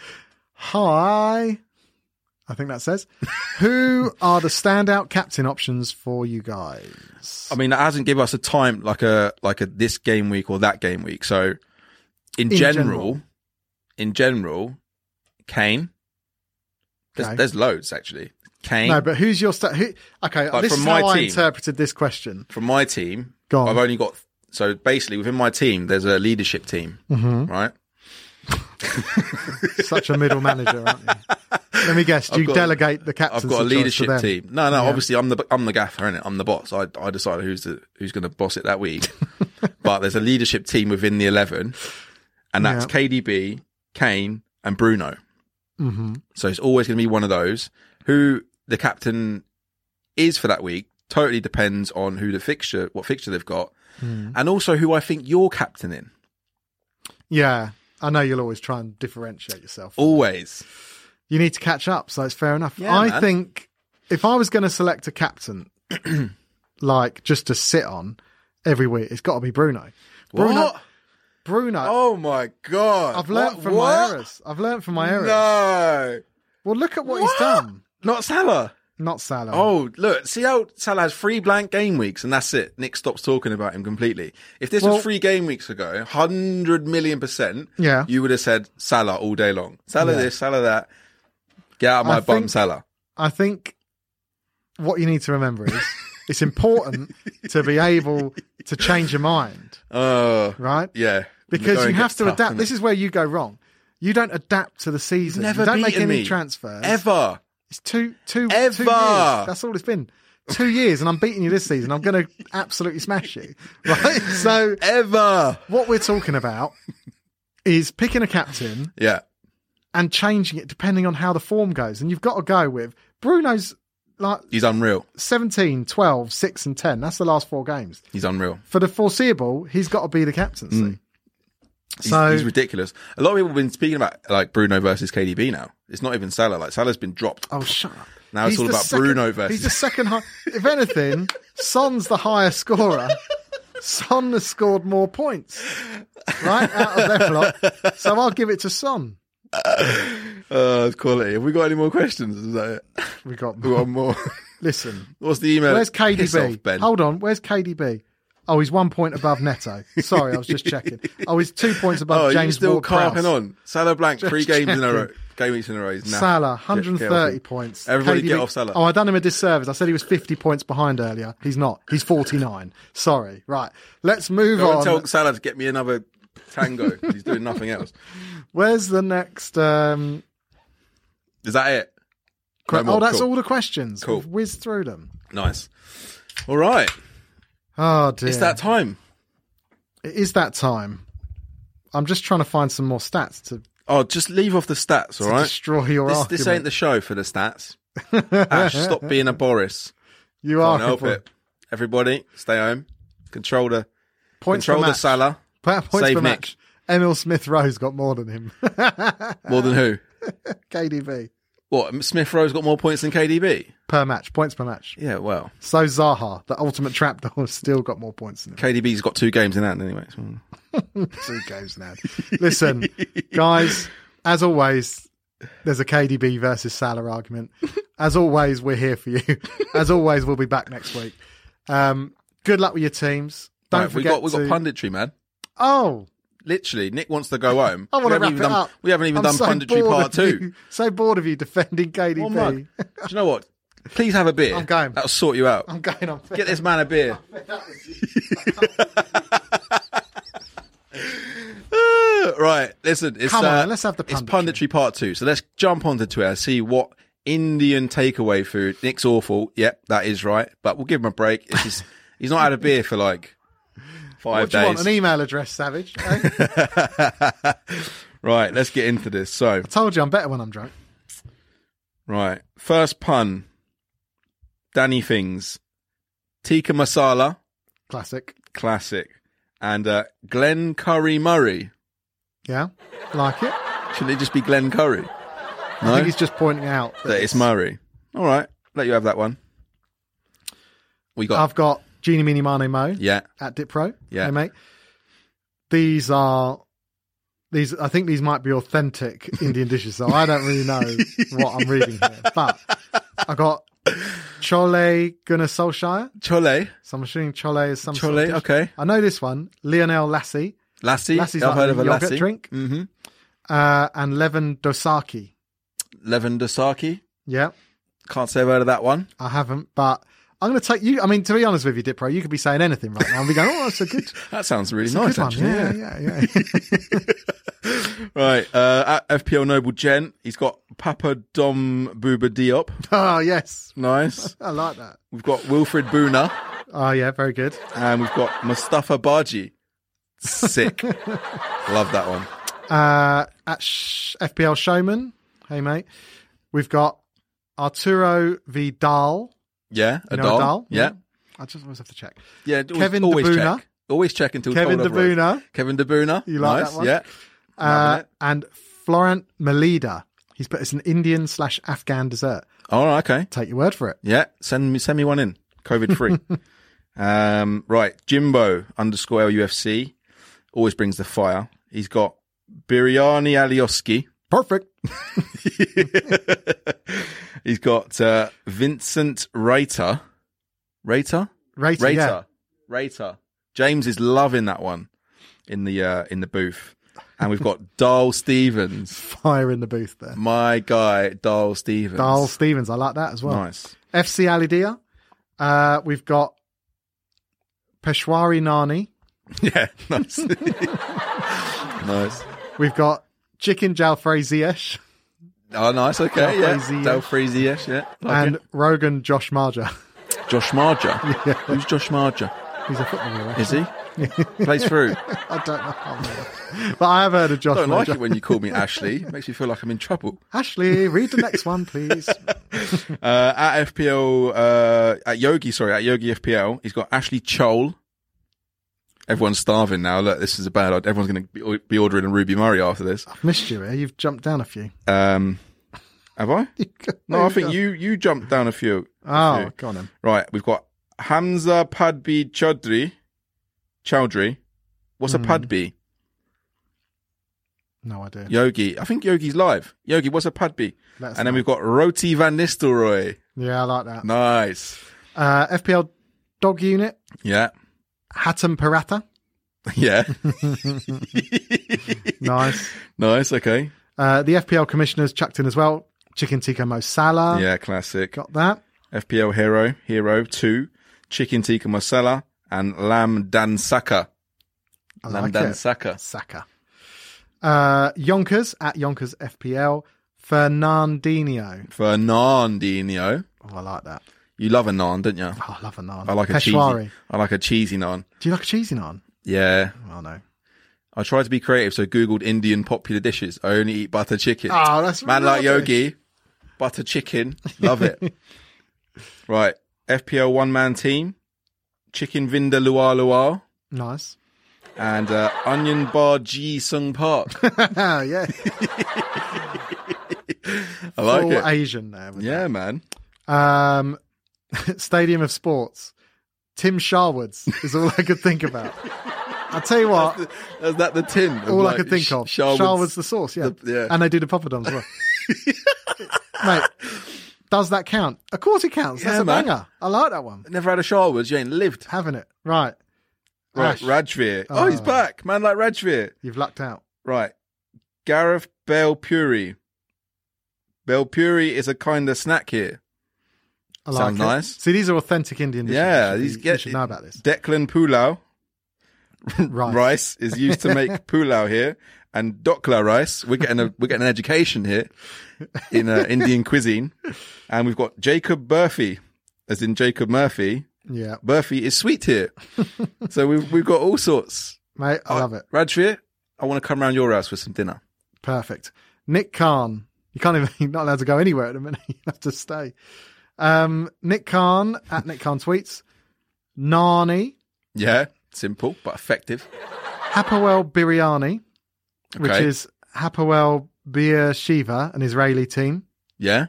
Speaker 2: Hi. I think
Speaker 1: [LAUGHS]
Speaker 2: that says. Who are the standout captain options for you guys?
Speaker 1: I mean, that hasn't given us a time like a like a this game week or that game week. So, in,
Speaker 2: In
Speaker 1: general,
Speaker 2: general.
Speaker 1: in general, Kane. There's,
Speaker 2: Okay.
Speaker 1: there's loads actually. Kane
Speaker 2: No, but who's your sta- who? Okay,
Speaker 1: Like,
Speaker 2: this
Speaker 1: from
Speaker 2: is
Speaker 1: my
Speaker 2: how I
Speaker 1: team.
Speaker 2: interpreted this question.
Speaker 1: from my team.
Speaker 2: Go on.
Speaker 1: I've only got so basically within my team. There's a leadership team,
Speaker 2: Mm-hmm.
Speaker 1: right?
Speaker 2: Such a middle manager, aren't
Speaker 1: [LAUGHS]
Speaker 2: you? Let me guess. Do you
Speaker 1: got-
Speaker 2: delegate the captain?
Speaker 1: I've got a leadership team. No, no. Obviously, I'm the I'm the gaffer, innit? I'm the boss. I I decide who's the who's going to boss it that
Speaker 2: [LAUGHS]
Speaker 1: week. but there's a leadership team within the eleven, and that's
Speaker 2: Yeah.
Speaker 1: KDB, Kane, and Bruno.
Speaker 2: hmm
Speaker 1: So it's always going to be one of those. Who the captain is for that week totally depends on who the fixture, what fixture they've got,
Speaker 2: Hmm.
Speaker 1: and also who I think you're captaining.
Speaker 2: Yeah, I know you'll always try and differentiate yourself.
Speaker 1: Always.
Speaker 2: you need to catch up. So it's fair enough.
Speaker 1: Yeah,
Speaker 2: I
Speaker 1: man.
Speaker 2: think if I was going to select
Speaker 1: [CLEARS THROAT]
Speaker 2: a captain, like just to sit on every week, it's got to be Bruno. Bruno,
Speaker 1: What?
Speaker 2: Bruno.
Speaker 1: Oh my god!
Speaker 2: I've learnt
Speaker 1: What-
Speaker 2: from my
Speaker 1: what?
Speaker 2: errors. I've learnt from my errors.
Speaker 1: No,
Speaker 2: Well, look at what,
Speaker 1: What?
Speaker 2: he's done.
Speaker 1: not Salah.
Speaker 2: Not Salah.
Speaker 1: Oh, look, see how Salah has three blank game weeks and that's it. Nick stops talking about him completely. If this
Speaker 2: Well-
Speaker 1: was three game weeks ago, 100 million percent,
Speaker 2: Yeah.
Speaker 1: you would have said Salah all day long. Salah
Speaker 2: Yeah.
Speaker 1: this, Salah that. Get out of my
Speaker 2: I
Speaker 1: bum,
Speaker 2: think-
Speaker 1: Salah.
Speaker 2: I think what you need to
Speaker 1: [LAUGHS]
Speaker 2: remember is it's important to be able to change your mind,
Speaker 1: Oh,
Speaker 2: right?
Speaker 1: yeah.
Speaker 2: Because
Speaker 1: Going
Speaker 2: you have
Speaker 1: gets
Speaker 2: to
Speaker 1: tough,
Speaker 2: adapt.
Speaker 1: doesn't
Speaker 2: This
Speaker 1: it?
Speaker 2: is where you go wrong. You don't adapt to the season.
Speaker 1: never
Speaker 2: you don't make
Speaker 1: beaten
Speaker 2: any
Speaker 1: me.
Speaker 2: transfers.
Speaker 1: ever.
Speaker 2: It's two, two,
Speaker 1: Ever.
Speaker 2: two years. That's all it's been. Two years, and I'm beating you this season. I'm going to absolutely smash you. [LAUGHS] Right? So,
Speaker 1: Ever.
Speaker 2: what we're talking about is picking a captain
Speaker 1: Yeah.
Speaker 2: and changing it depending on how the form goes. And you've got to go with Bruno's like
Speaker 1: He's unreal.
Speaker 2: 17, 12, 6, and 10. That's the last four games.
Speaker 1: He's unreal.
Speaker 2: For the foreseeable, he's got to be the captaincy.
Speaker 1: He's,
Speaker 2: So-
Speaker 1: he's ridiculous. A lot of people have been speaking about like Bruno versus KDB now. It's not even Salah. Like Salah's been dropped.
Speaker 2: Oh, shut up.
Speaker 1: Now it's all
Speaker 2: the
Speaker 1: about Bruno versus-
Speaker 2: He's the second high. If anything, Son's the highest scorer. Son has scored more points, right, out of their lot. So I'll give it to Son.
Speaker 1: Uh, it's quality. Have we got any more questions? Is that it? [LAUGHS]
Speaker 2: We got
Speaker 1: We got more.
Speaker 2: listen.
Speaker 1: What's the email?
Speaker 2: Where's
Speaker 1: Piss
Speaker 2: KDB?
Speaker 1: off, ben.
Speaker 2: Hold on. Where's KDB? Oh, he's one point above Neto. Sorry, I was just checking. Oh, he's two points above
Speaker 1: oh, are you
Speaker 2: James
Speaker 1: still
Speaker 2: Ward-Prowse.
Speaker 1: carping on? Salah blank three games in a row.
Speaker 2: checking.
Speaker 1: [LAUGHS] Game weeks in a row. He's naff.
Speaker 2: Salah,
Speaker 1: Get-
Speaker 2: 130
Speaker 1: get off him.
Speaker 2: points.
Speaker 1: Everybody
Speaker 2: KDB
Speaker 1: get off Salah.
Speaker 2: Oh, I done him a disservice. I said he was 50 points behind earlier. He's not. He's 49. Sorry. Right. Let's move
Speaker 1: Go
Speaker 2: on.
Speaker 1: and tell Salah to get me another tango. [LAUGHS] 'cause he's doing nothing else.
Speaker 2: Where's the next? Um,
Speaker 1: Is that it?
Speaker 2: que-
Speaker 1: No more.
Speaker 2: oh, that's
Speaker 1: Cool.
Speaker 2: all the questions.
Speaker 1: Cool.
Speaker 2: We've whizzed through them.
Speaker 1: Nice. All right.
Speaker 2: Oh dear.
Speaker 1: It's that time.
Speaker 2: it is that time. I'm just trying to find some more stats to,
Speaker 1: Oh, just leave off the stats, all
Speaker 2: to
Speaker 1: right?
Speaker 2: destroy your
Speaker 1: This,
Speaker 2: argument.
Speaker 1: this ain't the show for the stats. Ash, stop being a Boris.
Speaker 2: you are
Speaker 1: Can't help it. Everybody, stay home. Control the
Speaker 2: Points
Speaker 1: control
Speaker 2: per
Speaker 1: the
Speaker 2: match.
Speaker 1: Salah.
Speaker 2: Pa- Points
Speaker 1: Save
Speaker 2: per
Speaker 1: Nick.
Speaker 2: match. Emil Smith Rose got more than him. [LAUGHS]
Speaker 1: More
Speaker 2: Uh.
Speaker 1: than who?
Speaker 2: KDB
Speaker 1: What? Smith Rowe's got more points than KDB.
Speaker 2: per match. Points per match.
Speaker 1: Yeah, well,
Speaker 2: So Zaha, the ultimate trapdoor, has still got more points than him.
Speaker 1: KDB's got two games in hand anyway. so-
Speaker 2: Two games now. Listen, guys, as always, there's a KDB versus Salah argument. As always, we're here for you. [LAUGHS] As always, we'll be back next week. Um, good luck with your teams. Don't
Speaker 1: Right, we
Speaker 2: forget
Speaker 1: got we
Speaker 2: to.
Speaker 1: got punditry, man.
Speaker 2: oh,
Speaker 1: Literally, Nick wants to go home.
Speaker 2: [LAUGHS] I
Speaker 1: We haven't
Speaker 2: want to wrap it
Speaker 1: even done,
Speaker 2: up.
Speaker 1: We haven't even
Speaker 2: I'm
Speaker 1: done
Speaker 2: so
Speaker 1: punditry
Speaker 2: bored
Speaker 1: part
Speaker 2: of
Speaker 1: two.
Speaker 2: [LAUGHS] you. So bored of you defending
Speaker 1: One mug.
Speaker 2: KDB.
Speaker 1: Do you know what? Please have a beer.
Speaker 2: I'm going.
Speaker 1: That'll sort you out.
Speaker 2: I'm going on.
Speaker 1: Get this man a
Speaker 2: [LAUGHS]
Speaker 1: beer.
Speaker 2: [LAUGHS]
Speaker 1: Uh, [LAUGHS] right, listen. It's,
Speaker 2: Come on,
Speaker 1: uh,
Speaker 2: let's have the
Speaker 1: It's
Speaker 2: punditry.
Speaker 1: punditry part two. So let's jump onto Twitter, see what Indian takeaway food. Nick's awful. Yep, that is right. But we'll give him a break. It's just, he's not had a beer for like five
Speaker 2: [LAUGHS] What do you want?
Speaker 1: days.
Speaker 2: An email address, Savage? [LAUGHS] Eh?
Speaker 1: right, let's get into this. So,
Speaker 2: Told you I'm better when I'm drunk.
Speaker 1: right, first pun. Danny Things, tikka masala,
Speaker 2: Classic.
Speaker 1: classic, and uh, Glen Curry Murray.
Speaker 2: Yeah, like it.
Speaker 1: Should it just be Glen Curry?
Speaker 2: I
Speaker 1: No,
Speaker 2: think he's just pointing out that
Speaker 1: that it's Murray. All right, let you have that one. We got
Speaker 2: I've got Genie Meanie Mano Mo
Speaker 1: yeah.
Speaker 2: at Dipro.
Speaker 1: Yeah.
Speaker 2: Hey, mate. These are these I think these might be
Speaker 1: [LAUGHS]
Speaker 2: authentic Indian dishes, so I don't really know what I'm reading here. But I got Chole Gunasolshire.
Speaker 1: Chole,
Speaker 2: So I'm assuming Chole is some sort of
Speaker 1: Chole,
Speaker 2: dish.
Speaker 1: okay.
Speaker 2: I know this one. Lionel Lassie
Speaker 1: Lassie.
Speaker 2: Lassie's
Speaker 1: I've
Speaker 2: like
Speaker 1: heard
Speaker 2: a
Speaker 1: of a
Speaker 2: yogurt
Speaker 1: Lassie.
Speaker 2: drink.
Speaker 1: Mm-hmm.
Speaker 2: uh, and Levin Dosaki.
Speaker 1: Lavender Saki.
Speaker 2: Yeah,
Speaker 1: Can't say I've heard of that one.
Speaker 2: I haven't, but I'm going to take you. I mean, to be honest with you, Dipro, you could be saying anything right now and be going, oh, that's a good,
Speaker 1: That sounds really
Speaker 2: good
Speaker 1: nice,
Speaker 2: one.
Speaker 1: Oh, actually.
Speaker 2: Yeah, yeah, yeah. [LAUGHS]
Speaker 1: Right. Uh, at FPL Noble Gent, he's got Papa Dom Booba Diop.
Speaker 2: oh, yes.
Speaker 1: Nice.
Speaker 2: I like that.
Speaker 1: We've got Wilfred Boona.
Speaker 2: Oh, yeah, very good.
Speaker 1: And we've got Mustafa Baji.
Speaker 2: [LAUGHS]
Speaker 1: Sick. Love that one.
Speaker 2: Uh, at Sh- FPL Showman, hey, mate, we've got Arturo Vidal.
Speaker 1: Yeah.
Speaker 2: You
Speaker 1: A
Speaker 2: know
Speaker 1: doll.
Speaker 2: Vidal?
Speaker 1: Yeah.
Speaker 2: I just always have to check.
Speaker 1: Yeah. always-
Speaker 2: Kevin De
Speaker 1: always
Speaker 2: Bruyne.
Speaker 1: check. Always check until
Speaker 2: Kevin
Speaker 1: told
Speaker 2: De
Speaker 1: otherwise.
Speaker 2: Bruyne.
Speaker 1: Kevin De Bruyne.
Speaker 2: You like
Speaker 1: nice.
Speaker 2: that one?
Speaker 1: Yeah.
Speaker 2: Uh,
Speaker 1: it.
Speaker 2: and Florent Melida. He's put it's an Indian slash Afghan dessert.
Speaker 1: All right. Okay.
Speaker 2: Take your word for it.
Speaker 1: Yeah, send me send me one in. COVID
Speaker 2: [LAUGHS]
Speaker 1: free. um, right, Jimbo underscore LUFC always brings the fire. He's got biryani Alioski.
Speaker 2: Perfect.
Speaker 1: [LAUGHS] He's got uh, Vincent Rater. Rater?
Speaker 2: Rater.
Speaker 1: Rater.
Speaker 2: Yeah.
Speaker 1: Rater. James is loving that one in the uh, in the booth. And we've got [LAUGHS] Darl Stevens.
Speaker 2: Fire in the booth there.
Speaker 1: My guy, Darl Stevens.
Speaker 2: Darl Stevens. I like that as well.
Speaker 1: Nice.
Speaker 2: FC Alidia. Uh, we've got Peshwari Nani.
Speaker 1: [LAUGHS] Yeah, nice. nice.
Speaker 2: We've got Chicken Jalfrey Ziyech
Speaker 1: Oh, nice. Okay, yeah.
Speaker 2: Freezy-ish.
Speaker 1: Del Freezy-ish, yeah. Like
Speaker 2: and
Speaker 1: it.
Speaker 2: Rogan
Speaker 1: [LAUGHS]
Speaker 2: Josh Marja.
Speaker 1: Josh Marger.
Speaker 2: [LAUGHS]
Speaker 1: Who's Josh Marger?
Speaker 2: He's a footballer. right?
Speaker 1: Is
Speaker 2: [LAUGHS]
Speaker 1: he? Plays through.
Speaker 2: I don't know. I don't know. but I have heard of Josh
Speaker 1: I don't like
Speaker 2: Marja.
Speaker 1: it when you call me Ashley. It makes me feel like I'm in trouble.
Speaker 2: Ashley, read the next one, please.
Speaker 1: Uh, at FPL, uh, at Yogi, sorry, at Yogi FPL, he's got Ashley Chole. Everyone's starving now. Look, this is a bad. Everyone's going to be, be ordering a Ruby Murray after this.
Speaker 2: I've missed you here. You've jumped down a few. [LAUGHS]
Speaker 1: Um, have I? No, I think you you jumped down a few.
Speaker 2: Oh,
Speaker 1: you.
Speaker 2: go on then.
Speaker 1: Right, we've got Hamza Padbi Chaudhry. Chowdhury. What's a Padbi?
Speaker 2: No idea.
Speaker 1: Yogi. I think Yogi's live. Yogi, what's a Padby?
Speaker 2: That's
Speaker 1: and then we've got Roti Van Nistelrooy.
Speaker 2: Yeah, I like that.
Speaker 1: Nice.
Speaker 2: Uh, FPL dog unit,
Speaker 1: Yeah. [LAUGHS]
Speaker 2: Hatton Parata.
Speaker 1: Yeah.
Speaker 2: Nice.
Speaker 1: nice. Okay.
Speaker 2: uh, the FPL commissioners chucked in as well. Chicken Tikka Mo Salah.
Speaker 1: Yeah. Classic.
Speaker 2: Got that.
Speaker 1: FPL Hero, Hero 2, Chicken Tikka Masala, and Lamb Dan Saka.
Speaker 2: I
Speaker 1: Lamb
Speaker 2: like
Speaker 1: Dan
Speaker 2: it.
Speaker 1: Saka.
Speaker 2: Saka. Uh, Yonkers at Yonkers FPL. Fernandinho.
Speaker 1: Fernandinho.
Speaker 2: Oh, I like that.
Speaker 1: You love a naan, don't you?
Speaker 2: Oh, I love a naan.
Speaker 1: I like a
Speaker 2: Peshwari.
Speaker 1: cheesy. I like a cheesy naan.
Speaker 2: Do you like a cheesy naan?
Speaker 1: Yeah.
Speaker 2: Oh, no.
Speaker 1: I tried to be creative, so I googled Indian popular dishes. I only eat butter chicken.
Speaker 2: Oh, that's
Speaker 1: Man like
Speaker 2: rubbish.
Speaker 1: Yogi, butter chicken, love
Speaker 2: [LAUGHS]
Speaker 1: it. right, FPL one man team, chicken vinda luar luar,
Speaker 2: Nice. [LAUGHS]
Speaker 1: and uh, onion bar G Sung Park.
Speaker 2: [LAUGHS] yeah.
Speaker 1: I [LAUGHS] like
Speaker 2: All
Speaker 1: it.
Speaker 2: Asian there. wasn't
Speaker 1: yeah, man.
Speaker 2: Um, [LAUGHS] Stadium of Sports. Tim Sharwoods is all I could
Speaker 1: [LAUGHS]
Speaker 2: think about. I'll tell you what,
Speaker 1: Is that the tin? of,
Speaker 2: all I
Speaker 1: like,
Speaker 2: could think
Speaker 1: Sh-
Speaker 2: of.
Speaker 1: Sharwood's-
Speaker 2: Sharwoods the sauce, yeah.
Speaker 1: the- yeah.
Speaker 2: [LAUGHS] And they do the
Speaker 1: [LAUGHS]
Speaker 2: poppadoms as well. Mate, does that count? Of course it counts. That's
Speaker 1: Yeah,
Speaker 2: a
Speaker 1: man.
Speaker 2: banger. I like that one.
Speaker 1: Never had a Sharwood's. You ain't lived.
Speaker 2: Having it. Right.
Speaker 1: Right,
Speaker 2: Ash,
Speaker 1: Rajveer. Oh, he's
Speaker 2: Oh.
Speaker 1: back. Man like Rajveer.
Speaker 2: You've lucked out.
Speaker 1: Right. Gareth Belpuri. Belpuri is a kind of snack here.
Speaker 2: I like
Speaker 1: Sounds
Speaker 2: it.
Speaker 1: nice.
Speaker 2: See, these are authentic Indian dishes.
Speaker 1: Yeah,
Speaker 2: You should be-
Speaker 1: these
Speaker 2: you
Speaker 1: get-
Speaker 2: should know about
Speaker 1: [LAUGHS]
Speaker 2: this.
Speaker 1: Declan Pulau
Speaker 2: Right.
Speaker 1: rice. is used to
Speaker 2: [LAUGHS]
Speaker 1: make pulau here, and dokla rice. We're getting a we're getting an education here in uh, Indian cuisine, and we've got Jacob Murphy, as in Jacob Murphy.
Speaker 2: Yeah,
Speaker 1: Murphy is sweet here, so we've we've got all sorts.
Speaker 2: mate, I love it.
Speaker 1: Rajveer, I want to come round your house for some dinner.
Speaker 2: Perfect. Nick Khan. You can't even, [LAUGHS] you're not allowed to go anywhere at the minute. [LAUGHS] You have to stay. Um, Nick Khan at Nick Khan tweets. Nani,
Speaker 1: Yeah, simple but effective.
Speaker 2: Hapoel Biryani,
Speaker 1: Okay.
Speaker 2: which is Hapoel Beer Shiva, an Israeli team,
Speaker 1: yeah,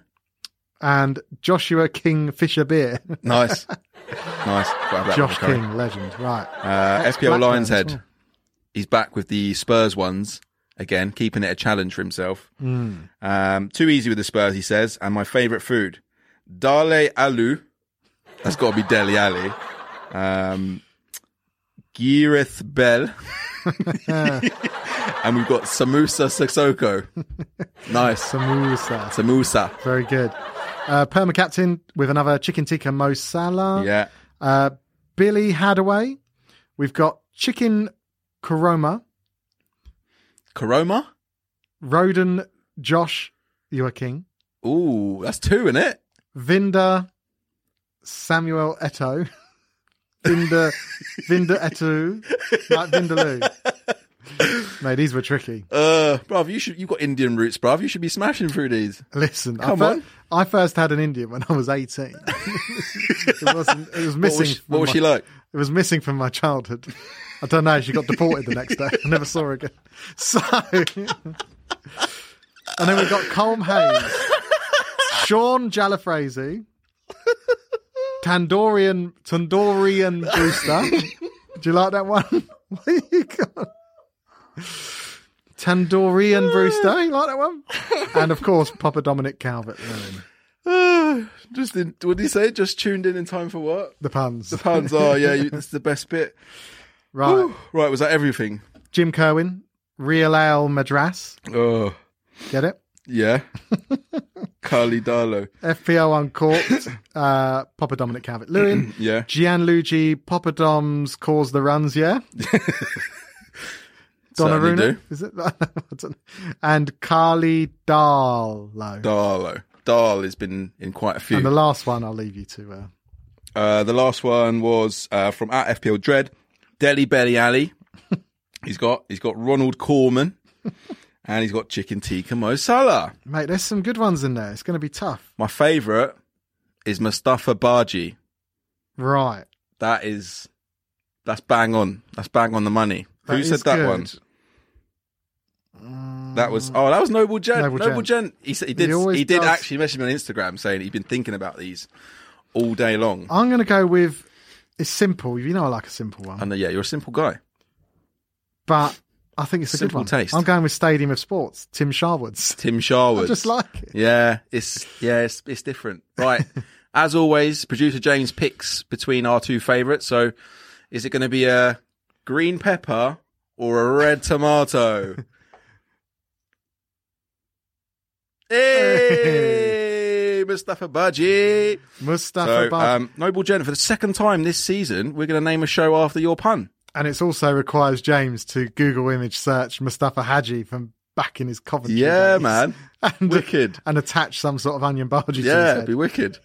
Speaker 2: and Joshua King Fisher Beer.
Speaker 1: nice, nice. Grab that
Speaker 2: [LAUGHS] Josh
Speaker 1: one, Curry.
Speaker 2: King, legend. Right.
Speaker 1: Uh,
Speaker 2: That's
Speaker 1: FPL
Speaker 2: Blackburn
Speaker 1: Lions
Speaker 2: as
Speaker 1: head.
Speaker 2: well.
Speaker 1: He's back with the Spurs ones again, keeping it a challenge for himself.
Speaker 2: Mm.
Speaker 1: Um, too easy with the Spurs, he says. And my favourite food, Dale Alu. That's got to be Deli Ali. Um, Gireth
Speaker 2: [LAUGHS]
Speaker 1: Bell. and we've got Samusa Sissoko. Nice.
Speaker 2: Samosa.
Speaker 1: Samusa.
Speaker 2: Very good. Uh, Perma Captain with another Chicken Tikka Mo Salah.
Speaker 1: Yeah.
Speaker 2: Uh, Billy Hadaway. We've got Chicken Koroma.
Speaker 1: Koroma?
Speaker 2: Roden Josh, you are king.
Speaker 1: Ooh, that's two in it.
Speaker 2: Vinda Samuel Eto. Vinda Vinda Eto. Like Vindaloo. Mate, these were tricky.
Speaker 1: Uh, bruv, you should, you've got Indian roots, bruv. You should be smashing through these.
Speaker 2: Listen,
Speaker 1: Come
Speaker 2: I,
Speaker 1: on.
Speaker 2: I first had an Indian when I was 18. [LAUGHS] it, wasn't, it was
Speaker 1: What
Speaker 2: missing.
Speaker 1: was, she- what
Speaker 2: from
Speaker 1: was
Speaker 2: my-
Speaker 1: she like?
Speaker 2: It was missing from my childhood. I don't know. She got deported the next day. I never saw her again. So, and then we got Colm Hayes, Sean Jalafrazy, Tandorian Tandorian Brewster. Do you like that one? [LAUGHS] what have you got? Tandorian Brewster. You like that one? And of course, Papa Dominic Calvert.
Speaker 1: [SIGHS] Just in, what did he say? Just tuned in in time for what?
Speaker 2: The puns.
Speaker 1: Puns. Oh yeah, you, this is the best bit.
Speaker 2: Right.
Speaker 1: Whew. [SIGHS] Right, was that everything?
Speaker 2: Jim Kerwin, Real Ale Madras.
Speaker 1: Oh
Speaker 2: Get it?
Speaker 1: yeah. [LAUGHS] Carly Darlow.
Speaker 2: FPL
Speaker 1: [LAUGHS]
Speaker 2: Uncorked, uh, Papa Dominic Calvert Lewin,
Speaker 1: [CLEARS THROAT] Yeah.
Speaker 2: Gianluigi Papadom's Cause the
Speaker 1: [LAUGHS]
Speaker 2: Runs, yeah?
Speaker 1: Certainly do.
Speaker 2: Donnarumma, is it? [LAUGHS] I don't know. and Carly Darlow.
Speaker 1: Darlow. Darl has been in quite a few.
Speaker 2: and the last one I'll leave you to. Uh,
Speaker 1: Uh, the last one was uh, from at FPL Dread, Deli Belly [LAUGHS] Alley. he's got he's got Ronald [LAUGHS] Corman, and he's got Chicken Tikka Mo Salah.
Speaker 2: mate, there's some good ones in there. It's going to be tough.
Speaker 1: My favourite is Mustafa Baji.
Speaker 2: Right.
Speaker 1: That is that's bang on. That's bang on the money.
Speaker 2: That
Speaker 1: Who said
Speaker 2: is
Speaker 1: that
Speaker 2: good.
Speaker 1: one? That was oh, that was Noble Gent. Noble,
Speaker 2: Noble
Speaker 1: Gent. He said he did.
Speaker 2: He
Speaker 1: He,
Speaker 2: always
Speaker 1: did
Speaker 2: does.
Speaker 1: actually message me on Instagram saying he'd been thinking about these all day long.
Speaker 2: I'm going to go with, it's simple. You know I like a simple one.
Speaker 1: And uh, yeah, you're a simple guy.
Speaker 2: but I think it's a
Speaker 1: Simple
Speaker 2: good one.
Speaker 1: taste.
Speaker 2: I'm going with Stadium of Sports, Tim Sharwood's.
Speaker 1: Tim Sharwood.
Speaker 2: [LAUGHS] I just like it.
Speaker 1: Yeah, it's yeah, it's, it's different.
Speaker 2: [LAUGHS]
Speaker 1: Right. As always, producer James picks between our two favourites. So, is it going to be a green pepper or a red
Speaker 2: [LAUGHS]
Speaker 1: tomato? hey, Mustafa Baji.
Speaker 2: Mustafa
Speaker 1: So,
Speaker 2: Bud.
Speaker 1: um, Noble Jen, for the second time this season, we're going to name a show after your pun.
Speaker 2: and it also requires James to Google image search Mustafa Haji from back in his Coventry
Speaker 1: Yeah,
Speaker 2: days.
Speaker 1: man.
Speaker 2: [LAUGHS] And,
Speaker 1: Wicked.
Speaker 2: And attach some sort of onion bhaji
Speaker 1: Yeah,
Speaker 2: to
Speaker 1: it'd
Speaker 2: his
Speaker 1: be
Speaker 2: head. [LAUGHS]
Speaker 1: wicked.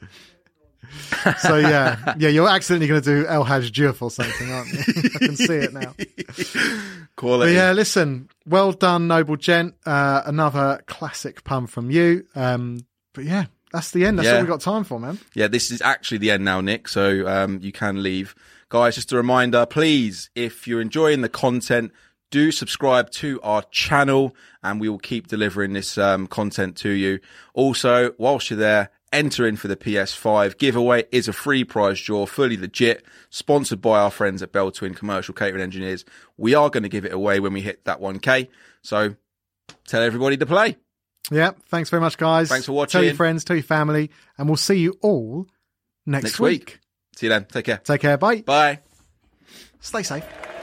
Speaker 1: [LAUGHS]
Speaker 2: So yeah, yeah, you're accidentally going to do El Haj Juf or something, aren't you? [LAUGHS] I can see it now. But
Speaker 1: Quality.
Speaker 2: yeah, listen, well done, noble gent. Uh, another classic pun from you. Um, but yeah, that's the end. That's
Speaker 1: Yeah.
Speaker 2: all we got time for, man.
Speaker 1: yeah, this is actually the end now, Nick. So um, you can leave. Guys, just a reminder, please, if you're enjoying the content, do subscribe to our channel and we will keep delivering this um, content to you. Also, whilst you're there, enter in for the PS5 giveaway is a free prize draw, fully legit, sponsored by our friends at Bell Twin Commercial Catering Engineers. We are going to give it away when we hit that 1K. So tell everybody to play.
Speaker 2: Yeah, thanks very much, guys.
Speaker 1: Thanks for
Speaker 2: Tell your
Speaker 1: watching.
Speaker 2: friends, tell your family, and we'll see you all next,
Speaker 1: Next week. See you then. Take care.
Speaker 2: Take care. Bye.
Speaker 1: Bye.
Speaker 2: Stay safe.